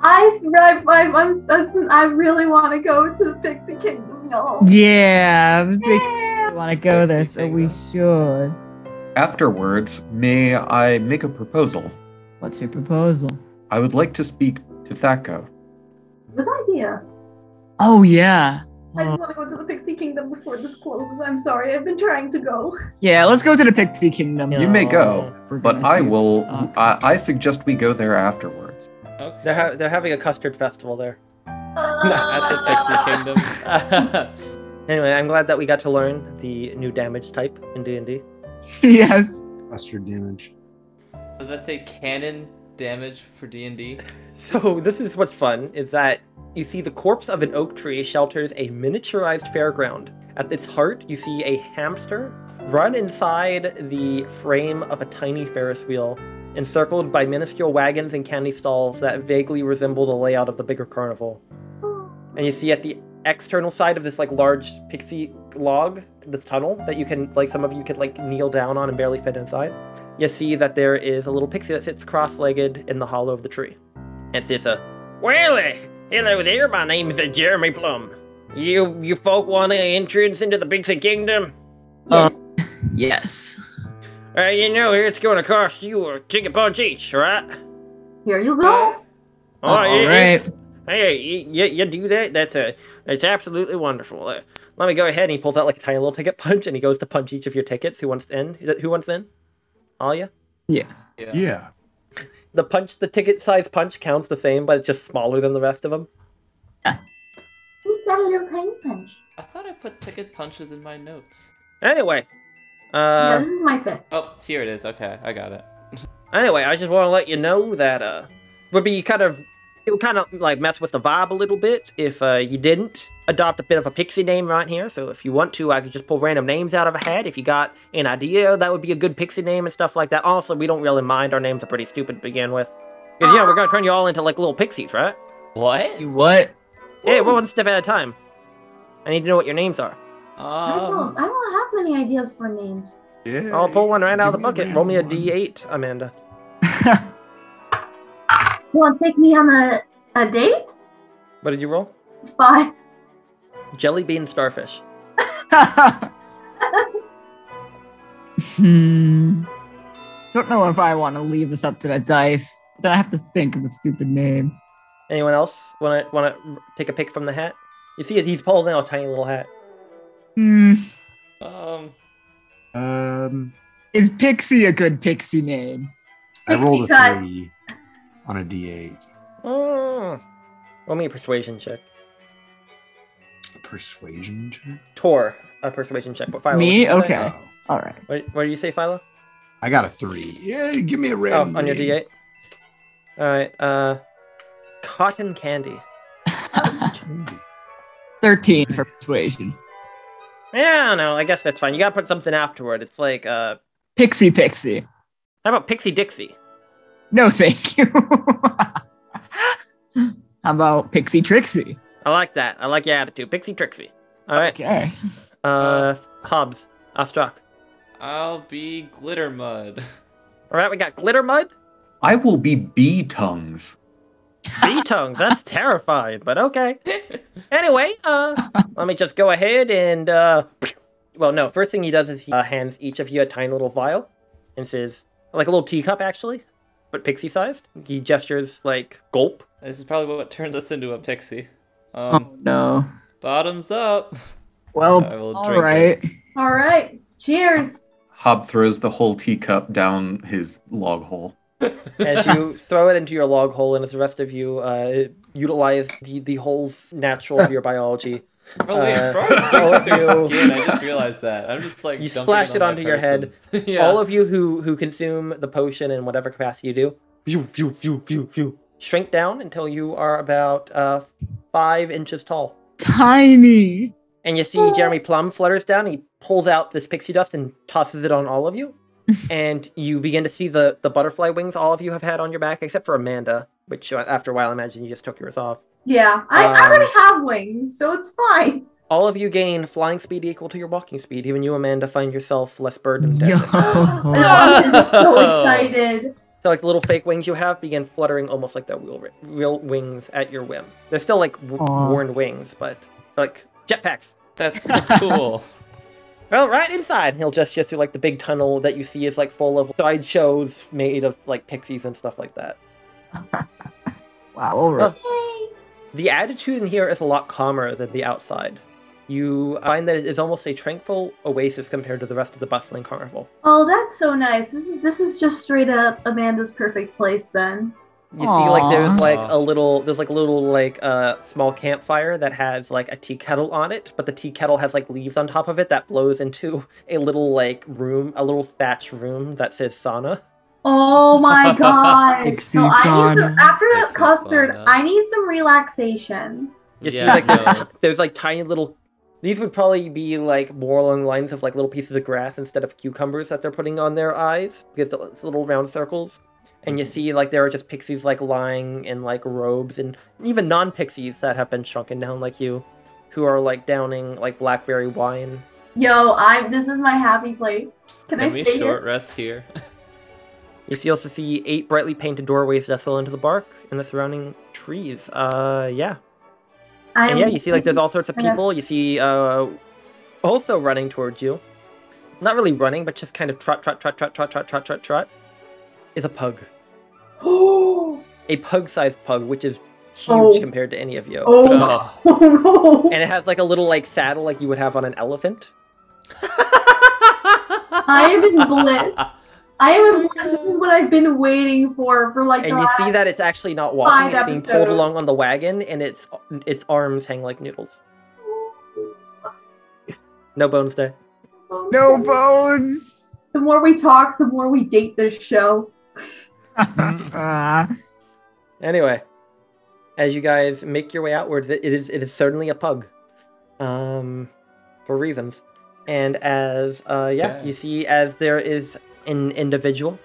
Speaker 8: I, s- I, I, I'm, I'm- I really want to go to the Pixie Kingdom. No.
Speaker 9: Yeah, I was like,
Speaker 8: Yeah.
Speaker 9: want to go there, so we should.
Speaker 4: Afterwards, may I make a proposal?
Speaker 9: What's your proposal?
Speaker 4: I would like to speak to Thaco.
Speaker 8: Good idea.
Speaker 9: Oh yeah,
Speaker 8: I
Speaker 9: Uh.
Speaker 8: just want to go to the Pixie Kingdom before this closes. I'm sorry. I've been trying to go.
Speaker 9: yeah. Let's go to the Pixie Kingdom.
Speaker 4: You may go,
Speaker 9: We're
Speaker 4: but
Speaker 9: gonna
Speaker 4: I
Speaker 9: see-
Speaker 4: will.
Speaker 9: Oh, Okay.
Speaker 4: I, I suggest we go there afterwards.
Speaker 3: okay.
Speaker 6: they're ha- they're having a custard festival there.
Speaker 3: At the
Speaker 8: Ah.
Speaker 3: Pixie Kingdom.
Speaker 6: Anyway, I'm glad that we got to learn the new damage type in D&D.
Speaker 9: yes.
Speaker 10: Cluster damage.
Speaker 3: Does that say cannon damage for D and D?
Speaker 6: So this is what's fun is that you see the corpse of an oak tree shelters a miniaturized fairground. At its heart, you see a hamster run inside the frame of a tiny Ferris wheel, encircled by minuscule wagons and candy stalls that vaguely resemble the layout of the bigger carnival. And you see at the external side of this like large pixie log, this tunnel that you can like some of you could like kneel down on and barely fit inside. You see that there is a little pixie that sits cross-legged in the hollow of the tree. And it's just a Well uh, hello there, my name's uh, Jeremy Plum. You you folk want an entrance into the Pixie Kingdom?
Speaker 8: Yes.
Speaker 9: Yes.
Speaker 6: Uh, you know it's gonna cost you a ticket punch each, right? Oh,
Speaker 8: Here you go.
Speaker 9: Oh, All
Speaker 6: yeah, yeah.
Speaker 9: right.
Speaker 6: Hey, you, you, you do that? That's uh, that's absolutely wonderful. Uh, let me go ahead and he pulls out like a tiny little ticket punch and he goes to punch each of your tickets. Who wants in? Who wants in? All you?
Speaker 10: Yeah.
Speaker 6: The punch, the ticket size punch counts the same, but it's just smaller than the rest of them.
Speaker 8: We got a little tiny punch.
Speaker 3: I thought I put ticket punches in my notes.
Speaker 6: Anyway, uh,
Speaker 8: yeah, this is my fit.
Speaker 3: Oh, here it is. Okay, I got it.
Speaker 6: Anyway, I just want to let you know that uh, would be kind of it would kind of like mess with the vibe a little bit if uh, you didn't adopt a bit of a pixie name right here. So if you want to, I could just pull random names out of a hat. If you got an idea, that would be a good pixie name and stuff like that. Also, we don't really mind. Our names are pretty stupid to begin with. Cause yeah, we're gonna turn you all into like little pixies, right?
Speaker 3: What?
Speaker 9: You what?
Speaker 6: Hey, one step at a time. I need to know what your names are.
Speaker 8: I, don't,
Speaker 3: Um,
Speaker 8: I don't have many ideas for names.
Speaker 10: Yeah.
Speaker 6: I'll pull one right out of the
Speaker 10: Give me a
Speaker 6: bucket.
Speaker 10: random
Speaker 6: Roll me a
Speaker 10: one.
Speaker 6: D8, Amanda.
Speaker 8: You want to take me on a, a date?
Speaker 6: What did you roll?
Speaker 8: Bye.
Speaker 6: Jelly bean starfish.
Speaker 9: hmm. Don't know if I want to leave this up to the dice. Then I have to think of a stupid name.
Speaker 6: Anyone else want to want to take a pick from the hat? You see, it, he's pulling out a tiny little hat.
Speaker 9: Hmm.
Speaker 3: Um,
Speaker 10: Um,
Speaker 9: Is Pixie a good Pixie name?
Speaker 10: I rolled
Speaker 8: Pixie
Speaker 10: a
Speaker 8: cut.
Speaker 10: three on a d8.
Speaker 6: Oh. Roll me a persuasion check.
Speaker 10: Persuasion check?
Speaker 6: Tor, a persuasion check. But Philo,
Speaker 9: Me?
Speaker 6: what did you say?
Speaker 9: Okay.
Speaker 10: Oh,
Speaker 9: All right.
Speaker 6: What, what did you say, Philo?
Speaker 10: I got a three. Yeah, give me a
Speaker 6: Oh,
Speaker 10: random.
Speaker 6: on your
Speaker 10: name.
Speaker 6: D8. All right. Uh, cotton candy.
Speaker 10: Candy.
Speaker 9: 13 for persuasion.
Speaker 6: Yeah, no, I guess that's fine. You gotta put something afterward. It's like, uh,
Speaker 9: Pixie Pixie.
Speaker 6: how about Pixie Dixie?
Speaker 9: No, thank you. How about Pixie Trixie?
Speaker 6: I like that. I like your attitude, Pixie Trixie. All right.
Speaker 9: Okay.
Speaker 6: Uh, Hobbs, Ostrak.
Speaker 3: I'll be glitter mud.
Speaker 6: All right, we got glitter mud,
Speaker 4: I will be bee tongues.
Speaker 6: bee tongues. That's terrifying, but okay. Anyway, uh, let me just go ahead and uh, well, no. First thing he does is he uh, hands each of you a tiny little vial, and says, like a little teacup actually, but pixie sized. He gestures like gulp.
Speaker 3: This is probably what turns us into a pixie.
Speaker 9: Oh,
Speaker 3: Um,
Speaker 9: no.
Speaker 3: bottoms up. I
Speaker 9: Well,
Speaker 3: will
Speaker 9: all
Speaker 3: drink it.
Speaker 9: right.
Speaker 8: All right. Cheers.
Speaker 4: Hob throws the whole teacup down his log hole.
Speaker 6: as you throw it into your log hole, and as the rest of you uh, utilize the, the hole's natural of your biology,
Speaker 3: Oh wait,
Speaker 6: Uh,
Speaker 3: frogs
Speaker 6: all
Speaker 3: drink
Speaker 6: of
Speaker 3: through
Speaker 6: you-
Speaker 3: skin. I just realized that. I'm just like
Speaker 6: You
Speaker 3: dumping
Speaker 6: splashed
Speaker 3: on
Speaker 6: it
Speaker 3: my
Speaker 6: onto your head.
Speaker 3: person. yeah.
Speaker 6: all of you who who consume the potion in whatever capacity you do, phew, phew, phew, phew, phew, shrink down until you are about uh, five inches tall.
Speaker 9: Tiny.
Speaker 6: And you see Jeremy Plum flutters down. He pulls out this pixie dust and tosses it on all of you. and you begin to see the, the butterfly wings all of you have had on your back, except for Amanda, which uh, after a while, I imagine you just took yours off.
Speaker 8: Yeah, I, I
Speaker 6: Um,
Speaker 8: already have wings, so it's fine.
Speaker 6: All of you gain flying speed equal to your walking speed. Even you, Amanda, find yourself less burdened. at
Speaker 9: Yo.
Speaker 6: this time.
Speaker 8: No, I'm just so excited.
Speaker 6: So, like the little fake wings you have begin fluttering almost like they're real, real wings at your whim. They're still like w-
Speaker 9: Aw.
Speaker 6: worn wings, but like jetpacks.
Speaker 3: That's so cool.
Speaker 6: Well, right inside. He'll just just do like the big tunnel that you see is like full of sideshows made of like pixies and stuff like that.
Speaker 9: Wow, all right.
Speaker 8: Yay.
Speaker 6: The attitude in here is a lot calmer than the outside. You find that it is almost a tranquil oasis compared to the rest of the bustling carnival.
Speaker 8: Oh, that's so nice. This is this is just straight up Amanda's perfect place then.
Speaker 6: You see, like there's
Speaker 9: Aw.
Speaker 6: like a little, there's like a little like uh, small campfire that has like a tea kettle on it, but the tea kettle has like leaves on top of it that blows into a little like room, a little thatch room that says sauna.
Speaker 8: Oh my god.
Speaker 9: Pixie
Speaker 8: so I need
Speaker 9: sauna.
Speaker 8: some, after that
Speaker 3: Pixie
Speaker 8: custard,
Speaker 3: sauna.
Speaker 8: I need some relaxation.
Speaker 3: Yeah,
Speaker 6: You see, like
Speaker 3: no.
Speaker 6: there's, there's like tiny little. These would probably be like more along the lines of like little pieces of grass instead of cucumbers that they're putting on their eyes because it's little round circles. And you see, like there are just pixies like lying in like robes and even non pixies that have been shrunken down like you, who are like downing like blackberry wine.
Speaker 8: Yo, I this is my happy place. Can, I
Speaker 3: Can we
Speaker 8: stay
Speaker 3: short
Speaker 8: here?
Speaker 3: rest here?
Speaker 6: You see, also see eight brightly painted doorways nestle into the bark and the surrounding trees. Uh, yeah.
Speaker 8: I
Speaker 6: And yeah, you see, like, there's all sorts of
Speaker 8: Yes.
Speaker 6: people. You see, uh, also running towards you. Not really running, but just kind of trot, trot, trot, trot, trot, trot, trot, trot, trot. Is a pug.
Speaker 8: Oh,
Speaker 6: A pug-sized pug, which is huge
Speaker 8: Oh.
Speaker 6: compared to any of you.
Speaker 8: oh, my-
Speaker 3: Oh.
Speaker 8: oh no.
Speaker 6: And it has like a little like saddle, like you would have on an elephant.
Speaker 8: I am in bliss. I am in bliss. This is what I've been waiting for for like
Speaker 6: And
Speaker 8: the
Speaker 6: you
Speaker 8: last-
Speaker 6: see that it's actually not walking;
Speaker 8: Five
Speaker 6: it's being pulled
Speaker 8: episodes.
Speaker 6: along on the wagon, and its its arms hang like noodles. No bones there.
Speaker 9: No bones.
Speaker 8: The more we talk, the more we date this show.
Speaker 9: Uh,
Speaker 6: Anyway, as you guys make your way outwards, it it is it is certainly a pug, um, for reasons. And as uh, yeah,
Speaker 3: Yeah.
Speaker 6: you see, as there is an individual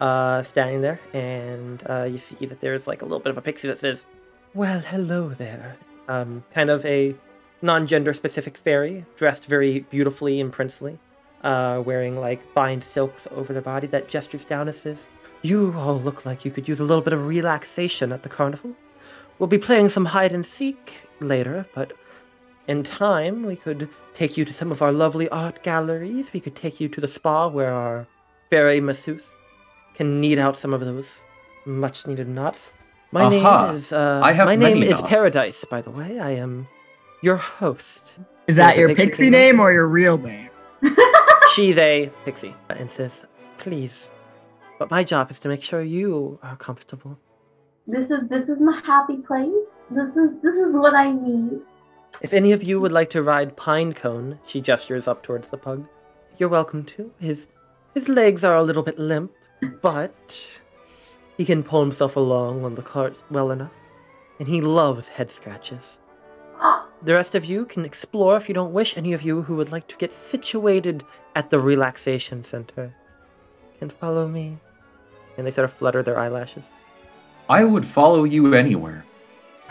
Speaker 6: uh, standing there, and uh, you see that there is like a little bit of a pixie that says, "Well, hello there." Um, kind of a non-gender specific fairy dressed very beautifully and princely, uh, wearing like fine silks over their body that gestures down and says, you all look like you could use a little bit of relaxation at the carnival. We'll be playing some hide and seek later, but in time we could take you to some of our lovely art galleries. We could take you to the spa where our fairy masseuse can knead out some of those much needed knots. My
Speaker 4: Aha.
Speaker 6: name is uh,
Speaker 4: I have
Speaker 6: my name
Speaker 4: many
Speaker 6: is
Speaker 4: knots.
Speaker 6: Paradise, by the way. I am your host.
Speaker 9: Is
Speaker 6: Yeah,
Speaker 9: that
Speaker 6: the
Speaker 9: your
Speaker 6: pixie
Speaker 9: pixie
Speaker 6: thing.
Speaker 9: name or your real name?
Speaker 6: she, they, Pixie, and says, Please. But my job is to make sure you are comfortable.
Speaker 8: This is this is my happy place. This is this is what I need.
Speaker 6: If any of you would like to ride Pinecone, she gestures up towards the pug, you're welcome to. His his legs are a little bit limp, but he can pull himself along on the cart well enough. And he loves head scratches. The rest of you can explore if you don't wish. Any of you who would like to get situated at the relaxation center can follow me. And they sort of flutter their eyelashes.
Speaker 4: I would follow you anywhere.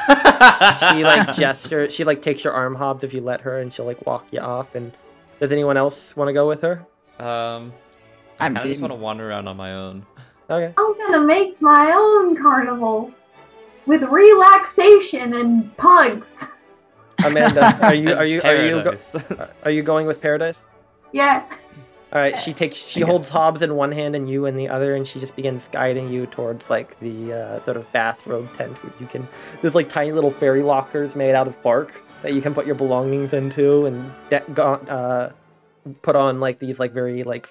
Speaker 6: she like gesture she like takes your arm hobs if you let her and she'll like walk you off and does anyone else want to go with her
Speaker 3: Um, I
Speaker 9: I'm
Speaker 3: kind of just
Speaker 9: being-
Speaker 3: want to wander around on my own.
Speaker 6: okay
Speaker 8: I'm gonna make my own carnival with relaxation and pugs.
Speaker 6: amanda are you are you are you, go-
Speaker 3: Paradise.
Speaker 6: are you going with paradise
Speaker 8: Yeah.
Speaker 6: all right she takes she holds hobs in one hand and you in the other and she just begins guiding you towards like the uh, sort of bathrobe tent where you can there's like tiny little fairy lockers made out of bark that you can put your belongings into and de- go- uh, put on like these like very like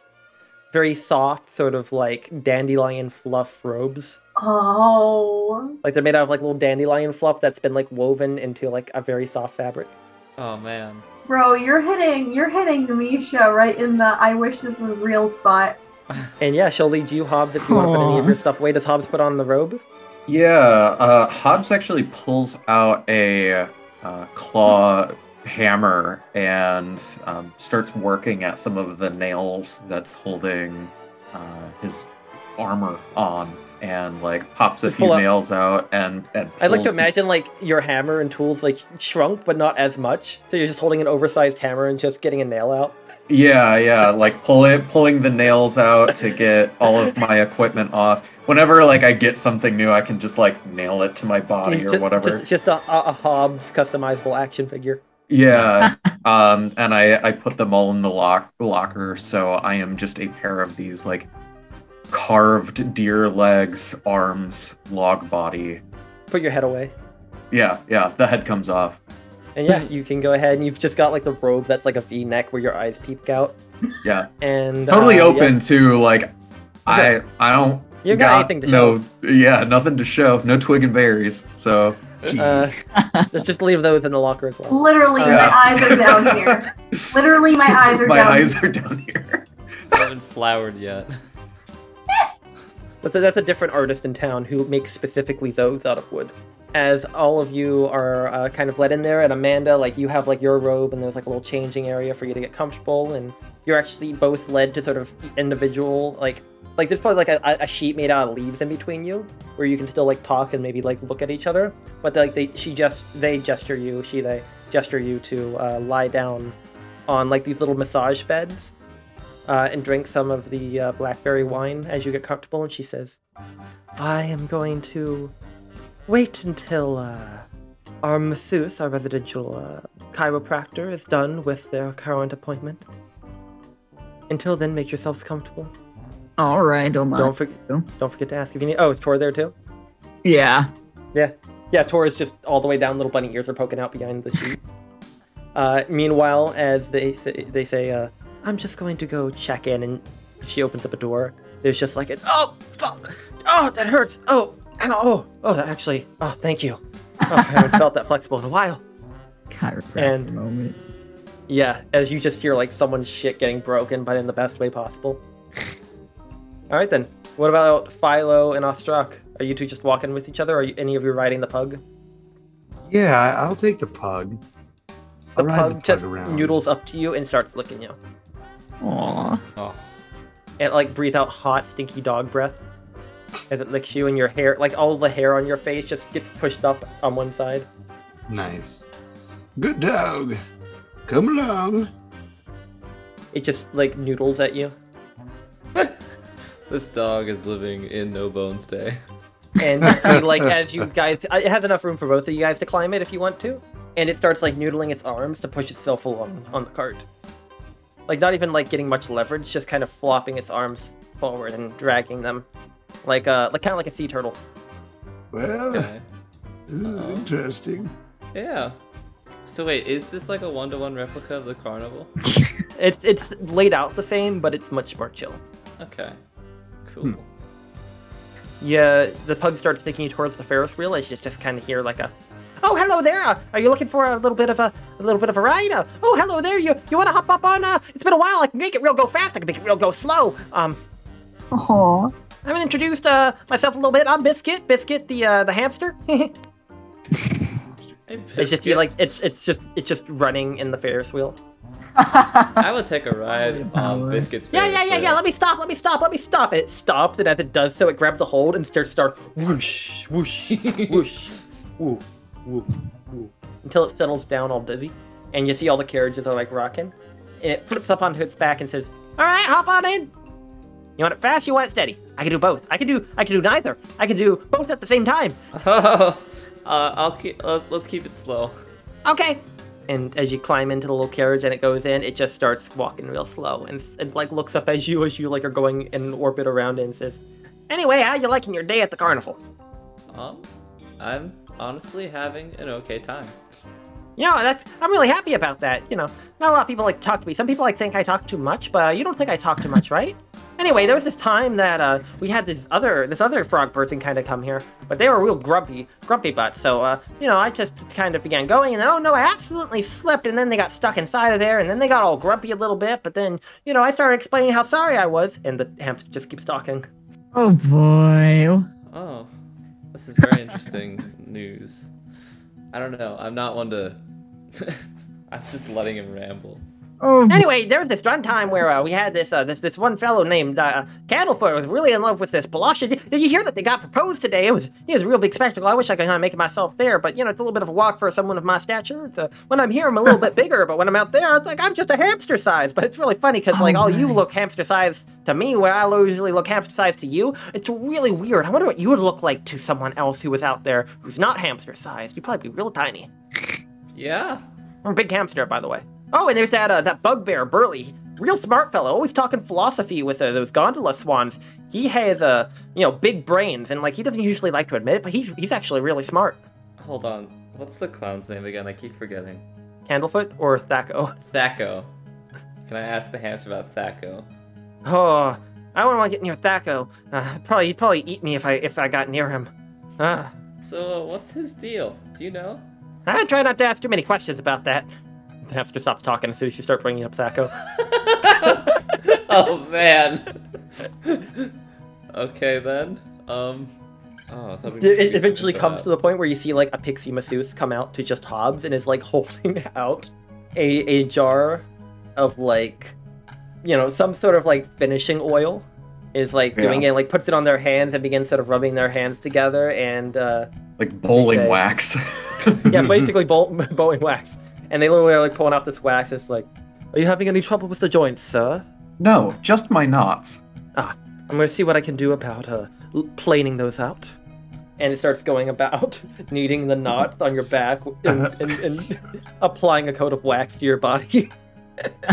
Speaker 6: very soft sort of like dandelion fluff robes
Speaker 8: Oh.
Speaker 6: Like they're made out of like little dandelion fluff that's been like woven into like a very soft fabric.
Speaker 3: oh man.
Speaker 8: Bro, you're hitting you're hitting Misha right in the I wish this was real spot.
Speaker 6: And yeah, she'll lead you, Hobbs, if you want to put any of your stuff. Wait, does Hobbs put on the robe?
Speaker 4: Yeah, uh, Hobbs actually pulls out a uh, claw hammer and um, starts working at some of the nails that's holding uh, his armor on, and like pops a
Speaker 6: You
Speaker 4: few
Speaker 6: pull out-
Speaker 4: nails out and and.
Speaker 6: I'd like to
Speaker 4: pulls-
Speaker 6: imagine like your hammer and tools like shrunk, but not as much. So you're just holding an oversized hammer and just getting a nail out.
Speaker 4: Yeah, yeah, like pull it, pulling the nails out to get all of my equipment off. Whenever like I get something new, I can just like nail it to my body or
Speaker 6: just,
Speaker 4: whatever.
Speaker 6: Just, just a, a a Hobbs customizable action figure.
Speaker 4: Yeah. um, and I, I put them all in the lock locker, so I am just a pair of these like carved deer legs, arms, log body.
Speaker 6: Put your head away.
Speaker 4: Yeah, yeah, the head comes off.
Speaker 6: And
Speaker 4: Hmm.
Speaker 6: yeah, you can go ahead and you've just got like the robe that's like a V neck where your eyes peek out.
Speaker 4: Yeah.
Speaker 6: And
Speaker 4: Totally
Speaker 6: uh, yeah.
Speaker 4: open too, like I I don't
Speaker 6: You got anything to show.
Speaker 4: No, yeah, nothing to show. No twig and berries. So
Speaker 6: Uh, just- just leave those in the locker as well.
Speaker 8: Literally
Speaker 4: Yeah.
Speaker 8: my eyes are down here. Literally my eyes are
Speaker 4: my
Speaker 8: down
Speaker 4: eyes are down here.
Speaker 3: I haven't flowered yet.
Speaker 6: But th- that's a different artist in town who makes specifically those out of wood. As all of you are uh, kind of let in there, and Amanda, like you have like your robe, and there's like a little changing area for you to get comfortable, and you're actually both led to sort of individual like like there's probably like a, a sheet made out of leaves in between you, where you can still like talk and maybe like look at each other. But like they she just they gesture you she they gesture you to uh, lie down on like these little massage beds uh, and drink some of the uh, blackberry wine as you get comfortable. And she says, I am going to wait until uh, our masseuse, our residential uh, chiropractor, is done with their current appointment. Until then, make yourselves comfortable.
Speaker 9: All right, oh my.
Speaker 6: Don't, for- don't forget to ask if you need. Oh, is Tor there too?
Speaker 9: Yeah.
Speaker 6: Yeah. Yeah, Tor is just all the way down. Little bunny ears are poking out behind the sheet. uh, meanwhile, as they say, they say, uh, I'm just going to go check in, and she opens up a door. There's just like an oh, fuck, oh, that hurts. Oh, ow, oh, oh, that actually, oh, thank you. Oh, I haven't felt that flexible in a while.
Speaker 9: Chiropractor
Speaker 6: And-
Speaker 9: moment.
Speaker 6: Yeah, as you just hear like someone's shit getting broken, but in the best way possible. all right then. What about Philo and Ostrak? Are you two just walking with each other? Are you, any of you riding the pug?
Speaker 10: Yeah, I- I'll take the pug.
Speaker 6: The
Speaker 10: I'll ride
Speaker 6: pug just
Speaker 10: around.
Speaker 6: noodles up to you and starts licking you.
Speaker 9: Aw.
Speaker 3: Oh,
Speaker 6: It like breathe out hot, stinky dog breath as it licks you and your hair, like all the hair on your face, just gets pushed up on one side.
Speaker 10: Nice. Good dog. Come along.
Speaker 6: It just like noodles at you,
Speaker 3: this dog is living in no bones day.
Speaker 6: and you see, like as you guys, it has enough room for both of you guys to climb it if you want to, and it starts like noodling its arms to push itself along on the cart. Like not even like getting much leverage, just kind of flopping its arms forward and dragging them, like uh, like kind of like a sea turtle.
Speaker 10: Well,
Speaker 3: Okay.
Speaker 10: Oh. ooh, interesting.
Speaker 3: Yeah. So wait, is this like a one-to-one replica of the carnival?
Speaker 6: It's it's laid out the same, but it's much more chill.
Speaker 3: Okay. Cool.
Speaker 6: Hmm. Yeah, the pug starts taking you towards the Ferris wheel as you just kind of hear like a, "Oh, hello there! Uh, Are you looking for a little bit of a, a little bit of a ride? Uh, oh, hello there! You you want to hop up on? Uh, it's been a while. I can make it real go fast. I can make it real go slow. Um,
Speaker 9: Oh,
Speaker 6: I haven't introduced uh, myself a little bit. I'm Biscuit, Biscuit the uh, the hamster.
Speaker 3: Hey,
Speaker 6: it's just
Speaker 3: Biscuit,
Speaker 6: you like it's it's just it's just running in the Ferris wheel.
Speaker 3: I would take a ride on biscuits.
Speaker 6: Yeah, yeah, yeah, yeah. Let me stop. Let me stop. Let me stop. It stops, and as it does so, it grabs a hold and starts start whoosh, whoosh, whoosh, woo, woo, woo, until it settles down all dizzy, and you see all the carriages are like rocking, and it flips up onto its back and says, "All right, hop on in. You want it fast? You want it steady? I can do both. I can do I can do neither. I can do both at the same time.
Speaker 3: Oh, uh, I'll keep. Let's, let's keep it slow.
Speaker 6: Okay. And as you climb into the little carriage and it goes in, it just starts walking real slow and, s- and like looks up as you as you like are going in orbit around it and says, "Anyway, how you liking your day at the carnival?"
Speaker 3: Um, I'm honestly having an okay time.
Speaker 6: You know, that's I'm really happy about that. You know, not a lot of people like to talk to me. Some people like think I talk too much, but uh, you don't think I talk too much, right? Anyway, there was this time that uh, we had this other this other frog person kind of come here, but they were real grumpy, grumpy butts. So uh, you know, I just kind of began going, and oh no, I absolutely slipped, and then they got stuck inside of there, and then they got all grumpy a little bit, but then you know, I started explaining how sorry I was, and the hamster just keeps talking.
Speaker 9: oh boy.
Speaker 3: Oh, this is very interesting news. I don't know. I'm not one to. I'm just letting him ramble.
Speaker 9: Oh,
Speaker 6: Anyway, there was this one time where uh, we had this uh, this this one fellow named uh, Candlefoot was really in love with this Balasha. Did, did you hear that they got proposed today? It was it was a real big spectacle. I wish I could kind of make it myself there, but you know it's a little bit of a walk for someone of my stature. It's, uh, when I'm here, I'm a little bit bigger, but when I'm out there, it's like I'm just a hamster size. But it's really funny because like all you look hamster size to me, where I usually look hamster size to you. It's really weird. I wonder what you would look like to someone else who was out there who's not hamster sized. You'd probably be real tiny.
Speaker 3: Yeah.
Speaker 6: I'm a big hamster, by the way. Oh, and there's that uh, that bugbear Burley, real smart fellow, always talking philosophy with uh, those gondola swans. He has uh, you know big brains, and like he doesn't usually like to admit it, but he's he's actually really smart.
Speaker 3: Hold on. What's the clown's name again? I keep forgetting.
Speaker 6: Candlefoot or Thacko?
Speaker 3: Thacko. Can I ask the hamster about Thacko?
Speaker 6: Oh, I wouldn't want to get near Thacko. Uh, probably he'd probably eat me if I if I got near him. Uh,
Speaker 3: So, uh, what's his deal? Do you know?
Speaker 6: I try not to ask too many questions about that. The hamster stops talking as soon as you start bringing up Thacko.
Speaker 3: oh man. okay then. Um. Oh, something.
Speaker 6: It eventually comes to the point where you see like a pixie masseuse come out to just Hobbs and is like holding out a, a jar of like you know some sort of like finishing oil is like doing it like puts it on their hands and begins sort of rubbing their hands together and uh,
Speaker 4: Like bowling
Speaker 6: Say.
Speaker 4: wax.
Speaker 6: yeah basically bowl- bowling wax and they literally are like pulling out this wax it's like are you having any trouble with the joints sir
Speaker 4: no, just my knots.
Speaker 6: I'm gonna see what I can do about uh, l- planing those out. And it starts going about kneading the knot on your back and, and, and applying a coat of wax to your body.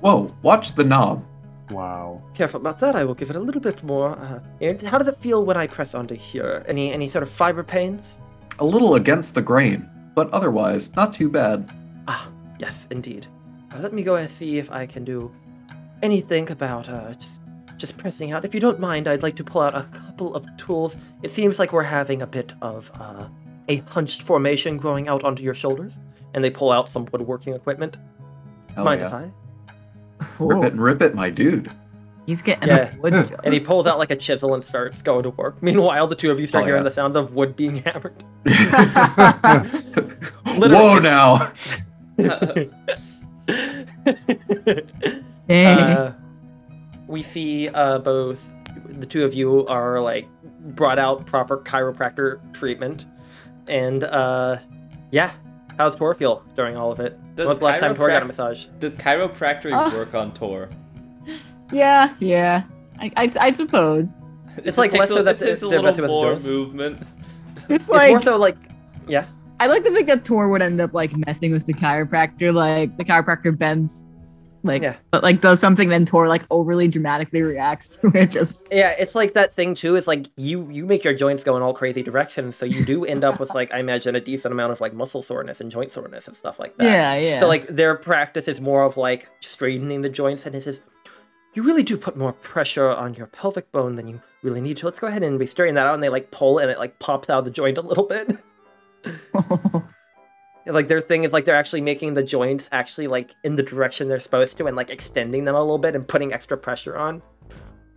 Speaker 4: Whoa, watch the knob.
Speaker 10: Wow.
Speaker 6: Careful about that. I will give it a little bit more. Uh, and how does it feel when I press onto here? Any any sort of fiber pains?
Speaker 4: A little against the grain, but otherwise, not too bad.
Speaker 6: Ah, yes, indeed. Uh, let me go and see if I can do anything about uh, just just pressing out. If you don't mind, I'd like to pull out a couple of tools. It seems like we're having a bit of uh, a hunched formation growing out onto your shoulders, and they pull out some woodworking equipment.
Speaker 4: Hell
Speaker 6: mind
Speaker 4: yeah.
Speaker 6: if I?
Speaker 4: Rip it and rip it, my dude.
Speaker 9: he's getting
Speaker 6: Yeah.
Speaker 9: a wood job.
Speaker 6: And he pulls out like a chisel and starts going to work. Meanwhile, the two of you start
Speaker 4: Oh,
Speaker 6: hearing
Speaker 4: yeah.
Speaker 6: the sounds of wood being hammered.
Speaker 4: Whoa now.
Speaker 3: the.
Speaker 9: Dang.
Speaker 6: Uh, we see uh, both the two of you are like brought out proper chiropractor treatment, and uh, yeah, how's Tor feel during all of it?
Speaker 3: Does
Speaker 6: When's the last time Tor got a
Speaker 3: chiroprac-
Speaker 6: massage?
Speaker 3: Does chiropractic
Speaker 9: Ah.
Speaker 3: work on Tor?
Speaker 9: yeah, yeah. I, I, I suppose.
Speaker 6: It's like
Speaker 3: It takes
Speaker 6: less
Speaker 3: a-
Speaker 6: so that
Speaker 3: it takes
Speaker 6: the-
Speaker 3: a
Speaker 6: the rest of
Speaker 3: little
Speaker 6: us
Speaker 3: more
Speaker 6: joins.
Speaker 3: movement.
Speaker 9: Just
Speaker 6: it's
Speaker 9: like
Speaker 6: more so like yeah.
Speaker 9: I like to think that Tor would end up like messing with the chiropractor. Like the chiropractor bends Like,
Speaker 6: Yeah.
Speaker 9: but like does something, then Tor like overly dramatically reacts to it. Just
Speaker 6: Yeah, it's like that thing too. It's like you you make your joints go in all crazy directions, so you do end up with like I imagine a decent amount of like muscle soreness and joint soreness and stuff like that.
Speaker 9: yeah, yeah.
Speaker 6: So like their practice is more of like straightening the joints, and it says, "You really do put more pressure on your pelvic bone than you really need to." Let's go ahead and we straighten that out, and they like pull, and it like pops out of the joint a little bit. And, like their thing is like they're actually making the joints actually like in the direction they're supposed to, and like extending them a little bit and putting extra pressure on.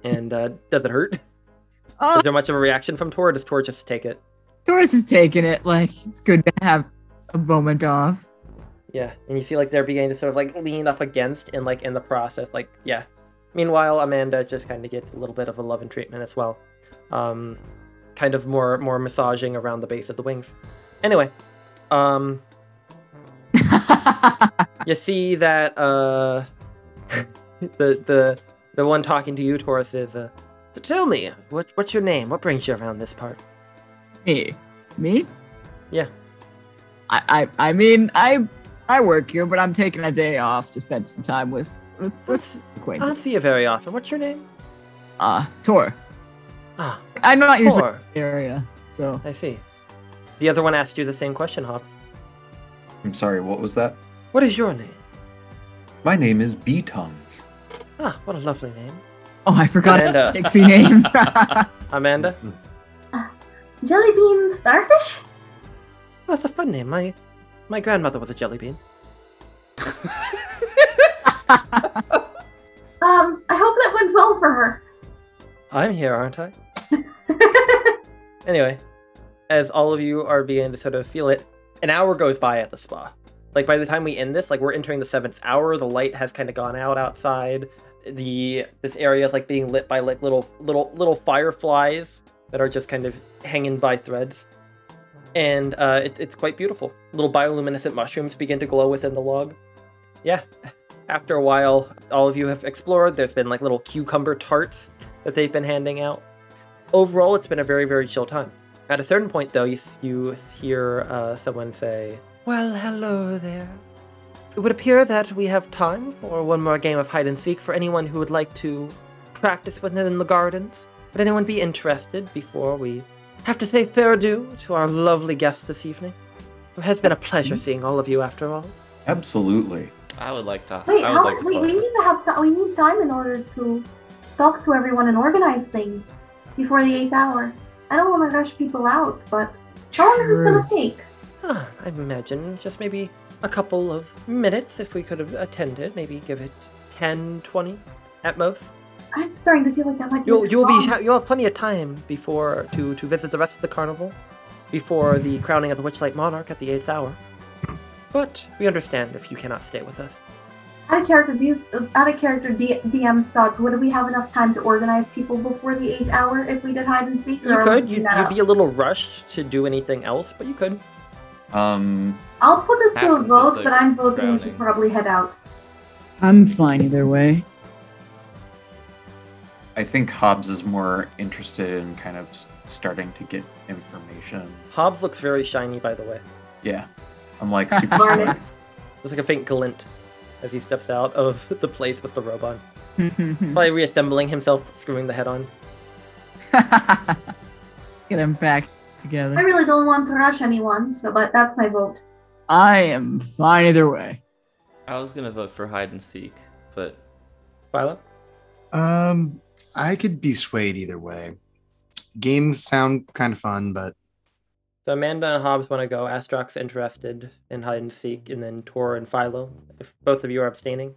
Speaker 6: And uh, does it hurt?
Speaker 9: oh,
Speaker 6: Is there much of a reaction from Tor? Or does Tor just take it?
Speaker 9: Taurus is taking it. Like it's good to have a moment off.
Speaker 6: Yeah, and you see like they're beginning to sort of like lean up against and like in the process, like yeah. Meanwhile, Amanda just kind of gets a little bit of a love and treatment as well, um, kind of more more massaging around the base of the wings. Anyway, um, you see that uh, the the the one talking to you, Taurus, is uh, so tell me what what's your name? What brings you around this part?
Speaker 9: Me, me?
Speaker 6: Yeah.
Speaker 9: I, I, I mean, I, I work here, but I'm taking a day off to spend some time with with, with
Speaker 6: I don't
Speaker 9: acquaintance.
Speaker 6: see you very often. What's your name?
Speaker 9: Uh, Tor.
Speaker 6: Ah,
Speaker 9: I'm not usually in
Speaker 6: Tor.
Speaker 9: the area, so
Speaker 6: I see. The other one asked you the same question, Hobbs.
Speaker 4: I'm sorry, what was that?
Speaker 6: What is your name?
Speaker 4: My name is Bee Tongues.
Speaker 6: Ah, what a lovely name.
Speaker 9: oh, I forgot
Speaker 6: Amanda.
Speaker 9: a pixie name.
Speaker 6: Amanda?
Speaker 8: Jelly bean starfish?
Speaker 6: That's a fun name. My my grandmother was a jelly bean.
Speaker 8: Um, I hope that went well for her.
Speaker 6: I'm here, aren't I? Anyway, as all of you are beginning to sort of feel it, an hour goes by at the spa. Like by the time we end this, like we're entering the seventh hour, the light has kind of gone out outside. The this area is like being lit by like little little little fireflies that are just kind of hanging by threads, and uh, it's it's quite beautiful. Little bioluminescent mushrooms begin to glow within the log. Yeah, after a while, all of you have explored. There's been like little cucumber tarts that they've been handing out. Overall, it's been a very very chill time. At a certain point, though, you, you hear uh, someone say, Well, hello there. It would appear that we have time for one more game of hide and seek for anyone who would like to practice within the gardens. Would anyone be interested before we have to say fair due to our lovely guests this evening? It has been a pleasure seeing all of you after all.
Speaker 4: Absolutely.
Speaker 3: I would like to.
Speaker 8: Wait,
Speaker 3: I would
Speaker 8: how,
Speaker 3: like to.
Speaker 8: wait,
Speaker 3: follow
Speaker 8: we
Speaker 3: her.
Speaker 8: need to have th- we need time in order to talk to everyone and organize things before the eighth hour. I don't want to rush people out, but how long is this gonna take?
Speaker 6: Ah, I imagine just maybe a couple of minutes if we could have attended, maybe give it 10, 20 at most.
Speaker 8: I'm starting to feel like that might be.
Speaker 6: You'll you'll be
Speaker 8: wrong.
Speaker 6: ha- you'll have plenty of time before to to visit the rest of the carnival, before the crowning of the Witchlight Monarch at the eighth hour. But we understand if you cannot stay with us.
Speaker 8: out of character. views- uh, Out of character. D- DM's thoughts. Would we have enough time to organize people before the eighth hour if we did hide and seek?
Speaker 6: You
Speaker 8: or
Speaker 6: could you
Speaker 8: no?
Speaker 6: you'd be a little rushed to do anything else, but you could.
Speaker 4: Um,
Speaker 8: I'll put us to a
Speaker 3: Happens if
Speaker 8: vote,
Speaker 3: they're
Speaker 8: but I'm voting we should
Speaker 3: drowning.
Speaker 8: probably head out.
Speaker 9: I'm fine either way.
Speaker 4: I think Hobbs is more interested in kind of s- starting to get information.
Speaker 6: Hobbs looks very shiny, by the way.
Speaker 4: Yeah. I'm like super
Speaker 8: Darn it.
Speaker 4: slick.
Speaker 6: There's like a faint glint as he steps out of the place with the robe on, probably reassembling himself, screwing the head on.
Speaker 9: Get him back
Speaker 8: I
Speaker 9: together.
Speaker 8: really don't want to rush anyone, so but that's my vote.
Speaker 9: I am fine either way.
Speaker 3: I was gonna vote for hide and seek, but
Speaker 6: Philo,
Speaker 10: Um, I could be swayed either way. Games sound kind of fun, but
Speaker 6: so Amanda and Hobbs want to go. Astrox interested in hide and seek, and then Tor and Philo. If both of you are abstaining.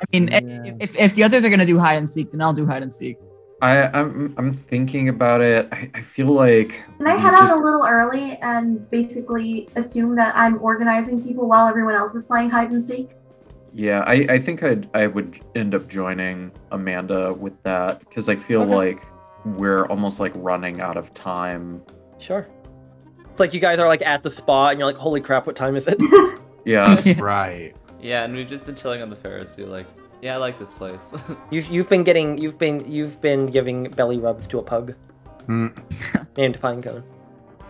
Speaker 9: I mean, i- if, if the others are gonna do hide and seek, then I'll do hide and seek.
Speaker 4: I, I'm I'm thinking about it. I, I feel like
Speaker 8: Can I
Speaker 4: we
Speaker 8: head
Speaker 4: just-
Speaker 8: out a little early and basically assume that I'm organizing people while everyone else is playing hide and seek?
Speaker 4: Yeah, I, I think I'd I would end up joining Amanda with that because I feel
Speaker 6: Okay.
Speaker 4: like we're almost like running out of time.
Speaker 6: Sure. It's like you guys are like at the spa and you're like, holy crap, what time is it?
Speaker 9: Uh,
Speaker 4: Yeah,
Speaker 10: right.
Speaker 3: yeah, and we've just been chilling on the Ferris. So like, yeah, I like this place.
Speaker 6: you've you've been getting you've been you've been giving belly rubs to a pug
Speaker 10: Hmm.
Speaker 6: named Pinecone.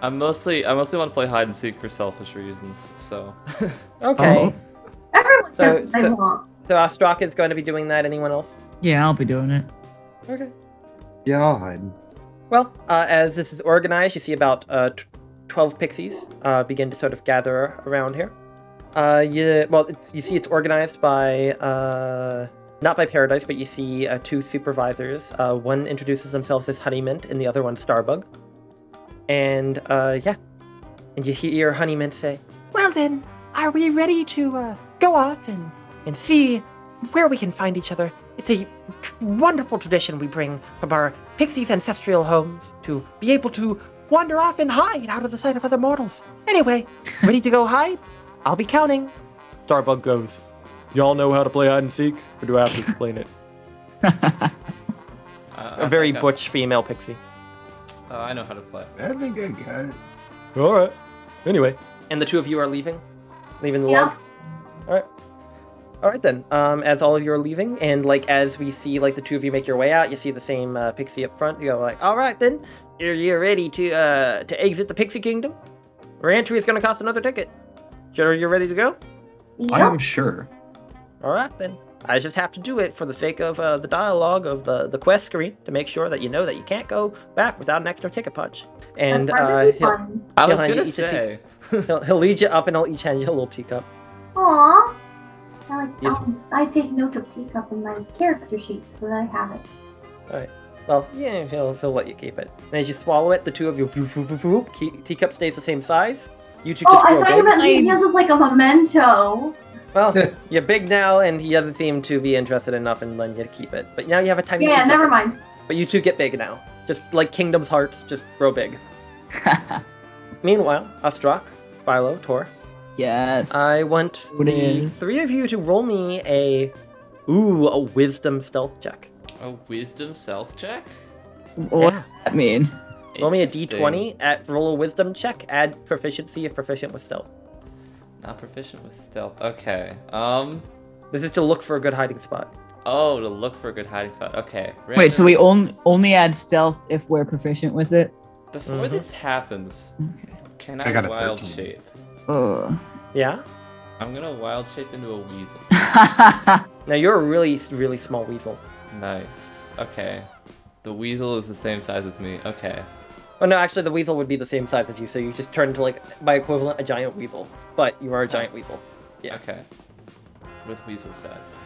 Speaker 3: I mostly I mostly want to play hide and seek for selfish reasons. So
Speaker 6: Okay.
Speaker 8: Everyone does
Speaker 6: So-
Speaker 8: what they
Speaker 6: so-
Speaker 8: want.
Speaker 6: So Ostrak is going to be doing that. Anyone else?
Speaker 9: Yeah, I'll be doing it.
Speaker 6: Okay.
Speaker 10: Yeah, I'll hide.
Speaker 6: Well, uh, as this is organized, you see about uh, t- 12 pixies uh, begin to sort of gather around here. Uh, you, well, it's, you see it's organized by, uh, not by Paradise, but you see uh, two supervisors. Uh, one introduces themselves as Honeymint and the other one Starbug. And uh, yeah, and you hear Honeymint say, Well then, are we ready to uh, go off and, and see where we can find each other? It's a tr- wonderful tradition we bring from our pixies' ancestral homes to be able to wander off and hide out of the sight of other mortals. Anyway, ready to go hide? I'll be counting.
Speaker 7: Starbug goes, Y'all know how to play hide and seek, or do I have to explain it?
Speaker 3: Uh,
Speaker 6: A very
Speaker 3: I,
Speaker 6: butch female pixie.
Speaker 3: Uh, I know how to play.
Speaker 10: I think I got it.
Speaker 7: Alright. Anyway,
Speaker 6: And the two of you are leaving? Leaving the
Speaker 8: Yeah.
Speaker 6: lodge? Alright. Alright then. Um, as all of you are leaving, and like as we see like the two of you make your way out, you see the same uh, pixie up front. You go like, alright then, are you ready to uh to exit the pixie kingdom? Reentry is gonna cost another ticket. Jenna, you're ready to go?
Speaker 8: Yep.
Speaker 4: I'm sure.
Speaker 6: All right, then. I just have to do it for the sake of uh, the dialogue of the, the quest screen to make sure that you know that you can't go back without an extra ticket punch. And
Speaker 8: That's
Speaker 6: uh,
Speaker 8: really
Speaker 6: he'll,
Speaker 8: fun.
Speaker 3: I was
Speaker 6: Behind you,
Speaker 3: gonna
Speaker 6: each a tea-
Speaker 3: say.
Speaker 6: he'll, he'll lead you up and he'll each hand you a little teacup.
Speaker 8: Aww. I like
Speaker 6: Yes.
Speaker 8: um, I take note of teacup in my character sheet so that I have it.
Speaker 6: Well, yeah, he'll, he'll let you keep it. And as you swallow it, the two of you, voop, voop, voop, voop, key- teacup stays the same size. You two
Speaker 8: Oh,
Speaker 6: just
Speaker 8: I
Speaker 6: grow
Speaker 8: thought you
Speaker 6: big.
Speaker 8: meant leaving this as like a memento.
Speaker 6: Well, you're big now, and he doesn't seem to be interested enough in letting you keep it. But now you have a tiny
Speaker 8: Yeah,
Speaker 6: teacup.
Speaker 8: never mind.
Speaker 6: But you two get big now. Just like Kingdom's hearts, just grow big. Meanwhile, Astrak, Philo, Tor,
Speaker 9: yes.
Speaker 6: I want
Speaker 9: What
Speaker 6: the
Speaker 9: is?
Speaker 6: three of you to roll me a ooh a wisdom stealth check.
Speaker 3: A Oh, wisdom self check.
Speaker 9: what does that mean?
Speaker 6: Roll me a
Speaker 3: Interesting.
Speaker 6: d20 at roll a wisdom check. Add proficiency if proficient with stealth.
Speaker 3: Not proficient with stealth. Okay. Um.
Speaker 6: This is to look for a good hiding spot.
Speaker 3: Oh, to look for a good hiding spot. Okay.
Speaker 9: Wait,
Speaker 3: random-
Speaker 9: so we only only add stealth if we're proficient with it.
Speaker 3: Before
Speaker 9: Mm-hmm.
Speaker 6: Mhm.
Speaker 3: this happens, can I,
Speaker 2: I got a
Speaker 3: wild
Speaker 2: 13.
Speaker 3: shape?
Speaker 9: Oh.
Speaker 6: Yeah.
Speaker 3: I'm gonna wild shape into a weasel.
Speaker 6: Now you're a really really small weasel.
Speaker 3: nice. Okay. The weasel is the same size as me. Okay.
Speaker 6: Oh no, actually the weasel would be the same size as you, so you just turn into like by equivalent a giant weasel. But you are a giant weasel. Yeah.
Speaker 3: Okay. With weasel stats.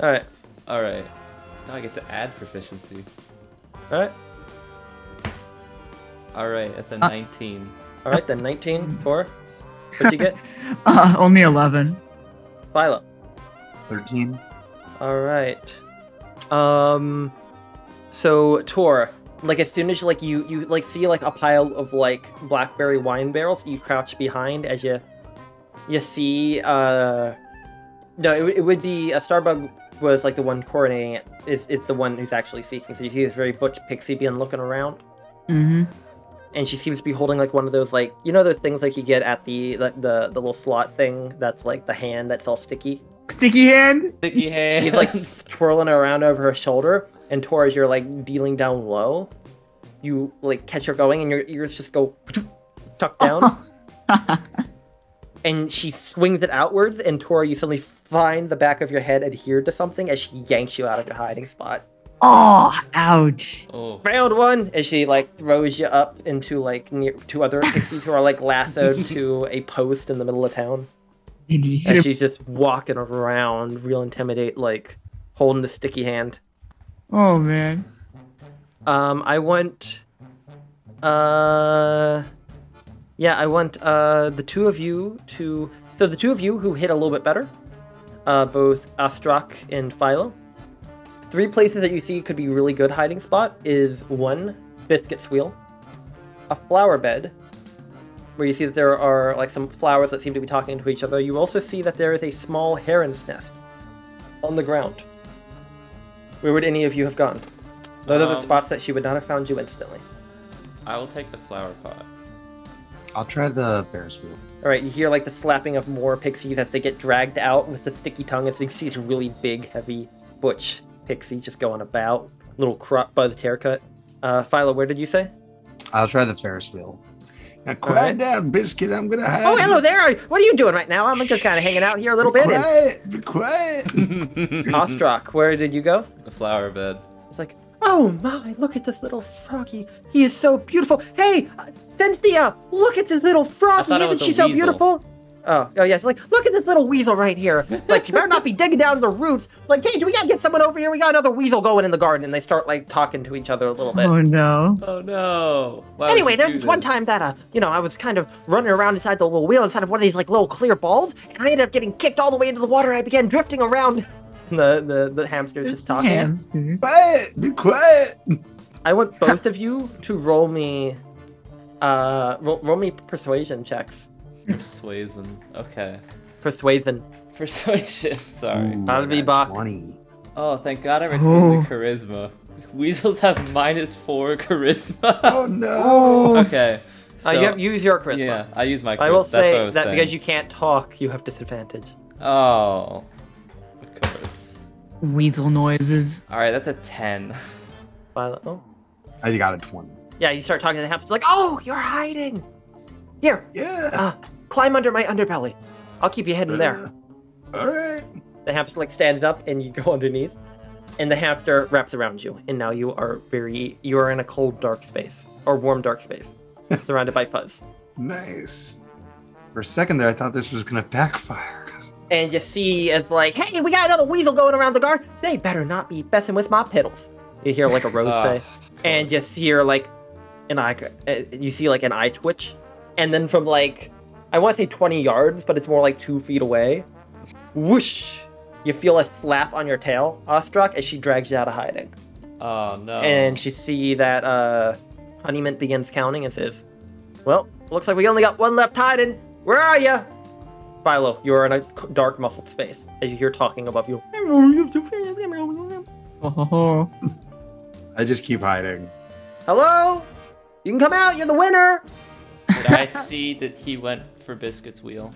Speaker 6: All right.
Speaker 3: All right. Now I get to add proficiency.
Speaker 6: All right.
Speaker 3: All right. That's a
Speaker 9: Uh,
Speaker 3: 19.
Speaker 6: All right then. 19 for what you get,
Speaker 9: Uh, only eleven.
Speaker 6: Philo.
Speaker 10: 13.
Speaker 6: All right. Um. So Tor, like as soon as like you you like see like a pile of like blackberry wine barrels, you crouch behind as you you see. Uh, no, it, w- it would be a Starbug was like the one coordinating it. It's it's the one who's actually seeking. So you see this very butch pixie being looking around.
Speaker 9: Mm-hmm.
Speaker 6: And she seems to be holding like one of those like you know those things like you get at the like, the the little slot thing that's like the hand that's all sticky.
Speaker 9: Sticky hand.
Speaker 3: Sticky hand.
Speaker 6: She's like twirling it around over her shoulder, and Tor, as you're like dealing down low, you like catch her going, and your ears just go tuck down. and she swings it outwards, and Tor, you suddenly find the back of your head adhered to something as she yanks you out of your hiding spot.
Speaker 9: Oh, ouch.
Speaker 3: oh.
Speaker 6: Round one, as she like throws you up into like near two other pixies who are like lassoed to a post in the middle of town.
Speaker 9: Did you
Speaker 6: And
Speaker 9: hit him?
Speaker 6: she's just walking around, real intimidate, like holding the sticky hand.
Speaker 9: Oh man.
Speaker 6: Um, I want. Uh, yeah, I want uh, the two of you to. So the two of you who hit a little bit better, uh, both Astrak and Philo. Three places that you see could be really good hiding spot is one biscuit's wheel, a flower bed, where you see that there are like some flowers that seem to be talking to each other. You also see that there is a small heron's nest on the ground. Where would any of you have gone? Those are the
Speaker 3: Um,
Speaker 6: spots that she would not have found you instantly.
Speaker 3: I will take the flower pot.
Speaker 10: I'll try the Ferris wheel.
Speaker 6: All right, you hear like the slapping of more pixies as they get dragged out with the sticky tongue. As you see this really big, heavy butch pixie just going about, little crop by the haircut. Uh, Philo, where did you say?
Speaker 10: I'll try the Ferris wheel. Now quiet
Speaker 6: Alright.
Speaker 10: down, biscuit. I'm gonna have.
Speaker 6: Oh, hello there. What are you doing right now? I'm just kind of hanging out here a little bit. And
Speaker 10: Quiet, be quiet.
Speaker 6: Ostrak, where did you go?
Speaker 3: The flower bed.
Speaker 6: It's like, oh my, look at this little froggy. He is so beautiful. Hey, uh, Cynthia, look at this little froggy.
Speaker 3: thought it
Speaker 6: Isn't
Speaker 3: was a
Speaker 6: she so
Speaker 3: weasel.
Speaker 6: beautiful? Oh, oh yes. Like, look at this little weasel right here. Like, you better not be digging down to the roots. Like, hey, do we gotta get someone over here? We got another weasel going in the garden, and they start like talking to each other a little bit.
Speaker 9: Oh no.
Speaker 3: Oh no. Why would
Speaker 6: Anyway,
Speaker 3: you
Speaker 6: there's
Speaker 3: do
Speaker 6: this one time
Speaker 3: this?
Speaker 6: that uh, you know, I was kind of running around inside the little wheel inside of one of these like little clear balls, and I ended up getting kicked all the way into the water. I began drifting around. The the the hamster's just talking.
Speaker 9: Hamster.
Speaker 10: Quiet, be quiet.
Speaker 6: I want both of you to roll me, uh, roll, roll me persuasion checks.
Speaker 3: Persuasion. Okay.
Speaker 6: Persuasion.
Speaker 3: Persuasion. Sorry.
Speaker 6: I'll be back.
Speaker 10: Twenty.
Speaker 3: Oh, thank God I retained
Speaker 9: Oh.
Speaker 3: the charisma. Weasels have minus four charisma.
Speaker 10: Oh no.
Speaker 3: okay. So,
Speaker 6: uh, you have, use your charisma.
Speaker 3: Yeah, I use my charisma.
Speaker 6: I will
Speaker 3: That's what I
Speaker 6: say
Speaker 3: was
Speaker 6: that
Speaker 3: saying.
Speaker 6: because you can't talk, you have disadvantage.
Speaker 3: Oh. Of course.
Speaker 9: Weasel noises.
Speaker 3: All right, that's a 10.
Speaker 6: Violet. Oh.
Speaker 10: I got a twenty.
Speaker 6: Yeah, you start talking to the hamster like, "Oh, you're hiding. Here,
Speaker 10: Yeah.
Speaker 6: uh, climb under my underbelly. I'll keep you hidden there."
Speaker 10: Uh, All right.
Speaker 6: The hamster like stands up and you go underneath, and the hamster wraps around you, and now you are very you are in a cold dark space or warm dark space, surrounded by fuzz.
Speaker 10: Nice. For a second there, I thought this was gonna backfire.
Speaker 6: And you see as like, hey, we got another weasel going around the garden. They better not be messing with my piddles. You hear like a rose
Speaker 3: Ah,
Speaker 6: say,
Speaker 3: of
Speaker 6: and you hear like an eye. uh, You see like an eye twitch, and then from like I want to say 20 yards, but it's more like two feet away. Whoosh! You feel a slap on your tail, Ostrak, as she drags you out of hiding.
Speaker 3: Oh no.
Speaker 6: and she see that uh Honeyman begins counting and says, "Well, looks like we only got one left hiding. Where are you?" Philo, you are in a c- dark, muffled space as you hear talking above you.
Speaker 9: Oh, ho, ho.
Speaker 10: I just keep hiding.
Speaker 6: Hello, you can come out. You're the winner.
Speaker 3: Did I see that he went for Biscuit's wheel?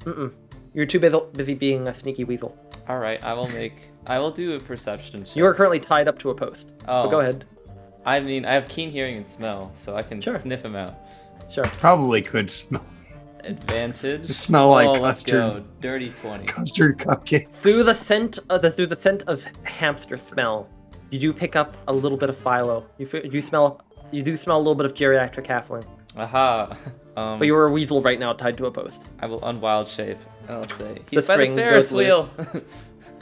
Speaker 6: Mm-mm. You're too busy, busy being a sneaky weasel.
Speaker 3: All right, I will make. I will do a perception check.
Speaker 6: You are currently tied up to a post.
Speaker 3: Oh,
Speaker 6: But go ahead.
Speaker 3: I mean, I have keen hearing and smell, so I can
Speaker 6: Sure.
Speaker 3: sniff him out.
Speaker 6: Sure.
Speaker 10: Probably could smell
Speaker 3: Advantage.
Speaker 10: Smell like
Speaker 3: oh, let's
Speaker 10: custard.
Speaker 3: go. Dirty twenty.
Speaker 10: custard cupcakes.
Speaker 6: Through the scent of the through the scent of hamster smell, you do pick up a little bit of Philo. You fe- you smell you do smell a little bit of geriatric halfling.
Speaker 3: Aha. Um,
Speaker 6: But you're a weasel right now tied to a post.
Speaker 3: I will unwild shape. and I'll say he's by the
Speaker 6: string
Speaker 3: Ferris
Speaker 6: goes
Speaker 3: wheel.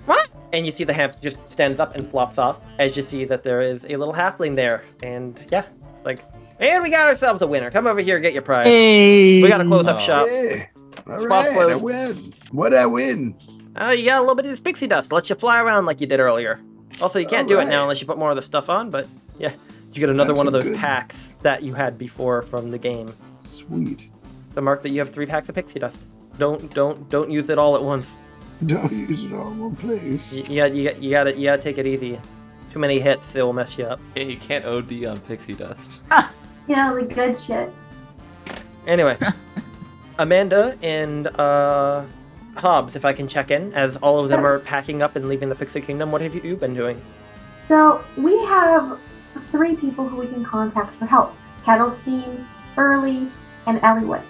Speaker 6: What? And you see the hamster just stands up and flops off as you see that there is a little halfling there. And yeah, like, and we got ourselves a winner. Come over here, get your prize.
Speaker 9: Hey.
Speaker 6: We gotta close up
Speaker 3: Aw.
Speaker 6: shop.
Speaker 10: Yeah. All
Speaker 6: Swap
Speaker 10: right, I
Speaker 6: clothes.
Speaker 10: win. What I win?
Speaker 6: Oh, you got a little bit of this pixie dust. Let you fly around like you did earlier. Also, you can't do it
Speaker 10: Alright.
Speaker 6: now unless you put more of the stuff on. But yeah, you get another
Speaker 10: That's
Speaker 6: one of those
Speaker 10: good.
Speaker 6: packs that you had before from the game.
Speaker 10: Sweet.
Speaker 6: The mark that you have three packs of pixie dust. Don't don't don't use it all at once.
Speaker 10: Don't use it all in one place.
Speaker 6: You, you, got- you, got- you gotta you gotta take it easy. Too many hits, it'll mess you up.
Speaker 3: yeah, you can't OD on pixie dust.
Speaker 8: You know, the good shit.
Speaker 6: Anyway, Amanda and uh, Hobbs, if I can check in, as all of them are packing up and leaving the Pixie Kingdom, what have you been doing?
Speaker 8: So we have three people who we can contact for help: Kettlestein, Early, and Eliwick.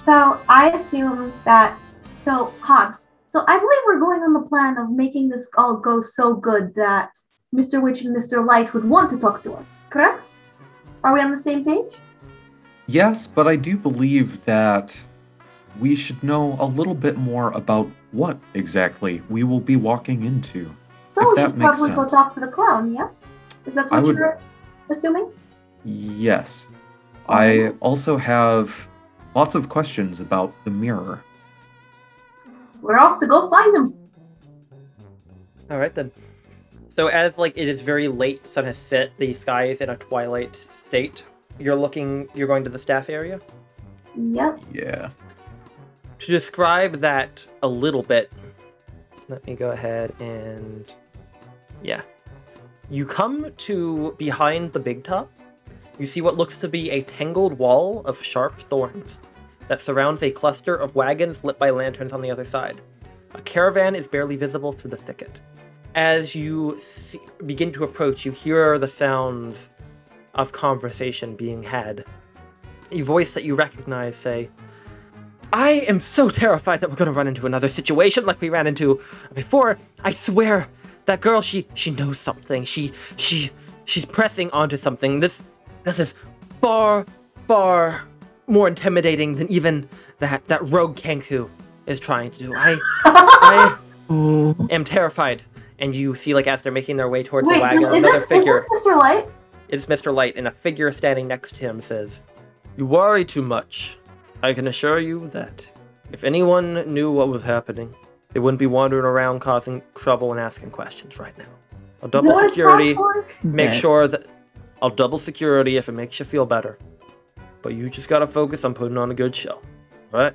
Speaker 8: So I assume that. So Hobbs. So I believe we're going on the plan of making this all go so good that Mr. Witch and Mr. Light would want to talk to us. Correct? Are we on the same page?
Speaker 4: Yes, but I do believe that we should know a little bit more about what exactly we will be walking into.
Speaker 8: So
Speaker 4: If
Speaker 8: we
Speaker 4: that
Speaker 8: should
Speaker 4: makes
Speaker 8: probably go
Speaker 4: sense.
Speaker 8: talk to the clown. Yes. Is that
Speaker 4: I
Speaker 8: what
Speaker 4: would-
Speaker 8: you're assuming?
Speaker 4: Yes. I also have lots of questions about the mirror.
Speaker 8: We're off to go find them.
Speaker 6: All right then. So as like it is very late, sun has set, the sky is in a twilight state. You're looking. You're going to the staff area.
Speaker 8: Yep.
Speaker 4: Yeah.
Speaker 6: To describe that a little bit, let me go ahead and yeah. You come to behind the big top. You see what looks to be a tangled wall of sharp thorns that surrounds a cluster of wagons lit by lanterns on the other side. A caravan is barely visible through the thicket. As you see, begin to approach, you hear the sounds of conversation being had. a voice that you recognize say, I am so terrified that we're gonna run into another situation like we ran into before. I swear, that girl, she she knows something. She she she's pressing onto something. This this is far far more intimidating than even that that rogue Kenku is trying to do. I I
Speaker 9: Oh,
Speaker 6: am terrified. And you see, like as they're making their way towards the
Speaker 8: Wait,
Speaker 6: wagon,
Speaker 8: is
Speaker 6: another
Speaker 8: this, is
Speaker 6: figure.
Speaker 8: this Mr. Light?
Speaker 6: It's Mr. Light, and a figure standing next to him says, You worry too much. I can assure you that if anyone knew what was happening, they wouldn't be wandering around causing trouble and asking questions right now. I'll double
Speaker 8: You know what it's
Speaker 6: security,
Speaker 8: not for?
Speaker 6: make
Speaker 9: Okay.
Speaker 6: sure that I'll double security if it makes you feel better. But you just gotta focus on putting on a good show. Right?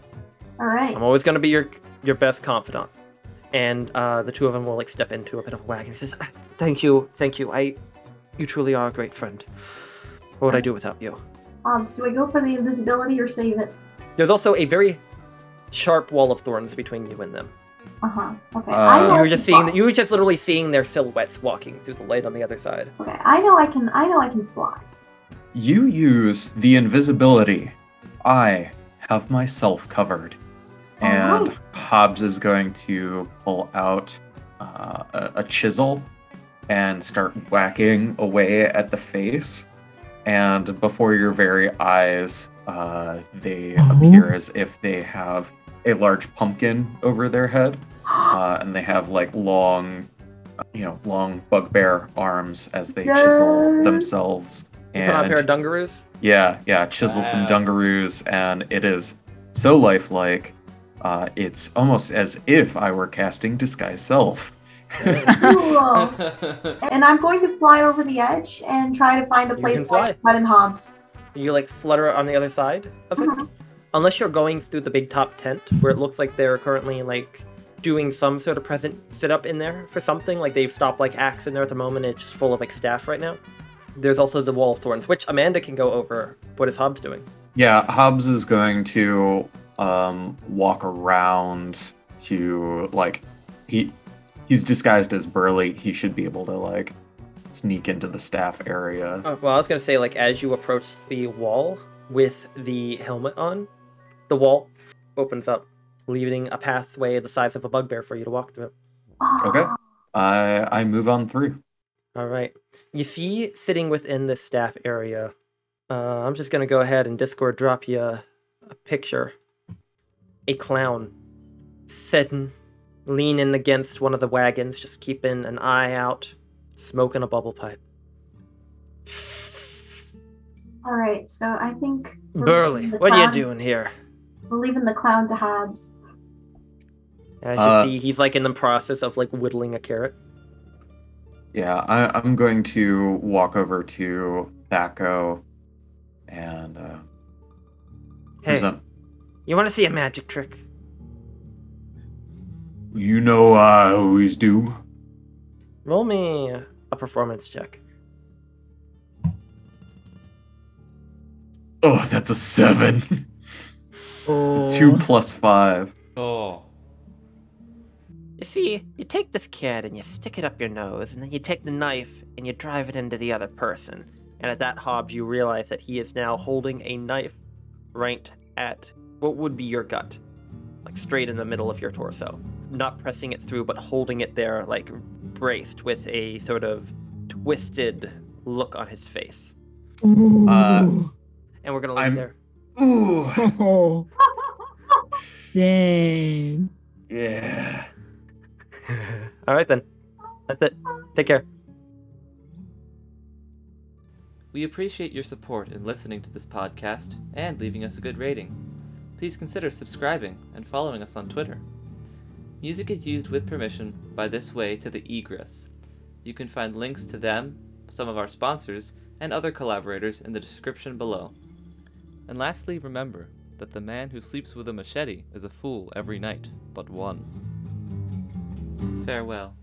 Speaker 8: All right.
Speaker 6: I'm always gonna be your your best confidant. And uh, the two of them will like step into a bit of a wagon. He says, "Ah, "Thank you, thank you. I, you truly are a great friend. What would I do without you?"
Speaker 8: Um, so do I go for the invisibility or save it?
Speaker 6: There's also a very sharp wall of thorns between you and them.
Speaker 8: Uh huh. Okay.
Speaker 4: Uh,
Speaker 8: I know
Speaker 6: You
Speaker 8: I
Speaker 6: were
Speaker 8: can
Speaker 6: just seeing
Speaker 8: fly.
Speaker 6: that. You were just literally seeing their silhouettes walking through the light on the other side.
Speaker 8: Okay. I know I can. I know I can fly.
Speaker 4: You use the invisibility. I have myself covered. And
Speaker 8: Alright.
Speaker 4: Hobbs is going to pull out uh, a, a chisel and start whacking away at the face. And before your very eyes, uh, they appear as if they have a large pumpkin over their head. Uh, and they have like long, you know, long bugbear arms as they chisel
Speaker 8: Yes.
Speaker 4: themselves.
Speaker 6: You put on a pair of
Speaker 4: And
Speaker 6: dungaroos.
Speaker 4: yeah, yeah, chisel some
Speaker 3: Wow.
Speaker 4: dungaroos, and it is so lifelike. Uh, it's almost as if I were casting disguise self.
Speaker 8: Cool. and I'm going to fly over the edge and try to find a
Speaker 6: You
Speaker 8: place
Speaker 6: can
Speaker 8: like
Speaker 6: fly.
Speaker 8: Bud and Hobbs.
Speaker 6: You like flutter on the other side of it.
Speaker 8: Mhm.
Speaker 6: Unless you're going through the big top tent where it looks like they're currently like doing some sort of present sit up in there for something. Like they've stopped like axe in there at the moment. It's just full of like staff right now. There's also the wall of thorns, which Amanda can go over. What is Hobbs doing?
Speaker 4: Yeah, Hobbs is going to um, walk around to like he he's disguised as Burly. He should be able to like sneak into the staff area.
Speaker 6: Oh, well, I was gonna say like as you approach the wall with the helmet on, the wall opens up, leaving a pathway the size of a bugbear for you to walk through.
Speaker 4: Okay, I I move on through.
Speaker 6: All right. You see, sitting within this staff area, uh, I'm just gonna go ahead and Discord drop you a, a picture. A clown sitting, leaning against one of the wagons, just keeping an eye out, smoking a bubble pipe.
Speaker 8: All right. So I think. we're
Speaker 6: Burly,
Speaker 8: leaving the
Speaker 6: what are you
Speaker 8: clown-
Speaker 6: doing here?
Speaker 8: We're leaving the clown to Hobbs.
Speaker 6: As you
Speaker 4: Uh,
Speaker 6: see, he's like in the process of like whittling a carrot.
Speaker 4: Yeah, I, I'm going to walk over to Thaco and uh,
Speaker 6: Hey,
Speaker 4: present.
Speaker 6: you want to see a magic trick?
Speaker 4: You know uh, I always do.
Speaker 6: Roll me a performance check.
Speaker 4: Oh, that's a seven.
Speaker 9: Oh.
Speaker 4: Two plus five.
Speaker 3: oh.
Speaker 6: You see, you take this kid and you stick it up your nose, and then you take the knife and you drive it into the other person. And at that, Hobbs, you realize that he is now holding a knife right at what would be your gut, like straight in the middle of your torso. Not pressing it through, but holding it there, like braced with a sort of twisted look on his face.
Speaker 4: Uh,
Speaker 6: And we're gonna leave
Speaker 4: I'm-
Speaker 6: there.
Speaker 4: Ooh,
Speaker 9: Oh. Dang.
Speaker 4: yeah.
Speaker 6: All right then, that's it. Take care.
Speaker 3: We appreciate your support in listening to this podcast and leaving us a good rating. Please consider subscribing and following us on Twitter. Music is used with permission by This Way to the Egress. You can find links to them, some of our sponsors, and other collaborators in the description below. And lastly, remember that the man who sleeps with a machete is a fool every night but one. Farewell.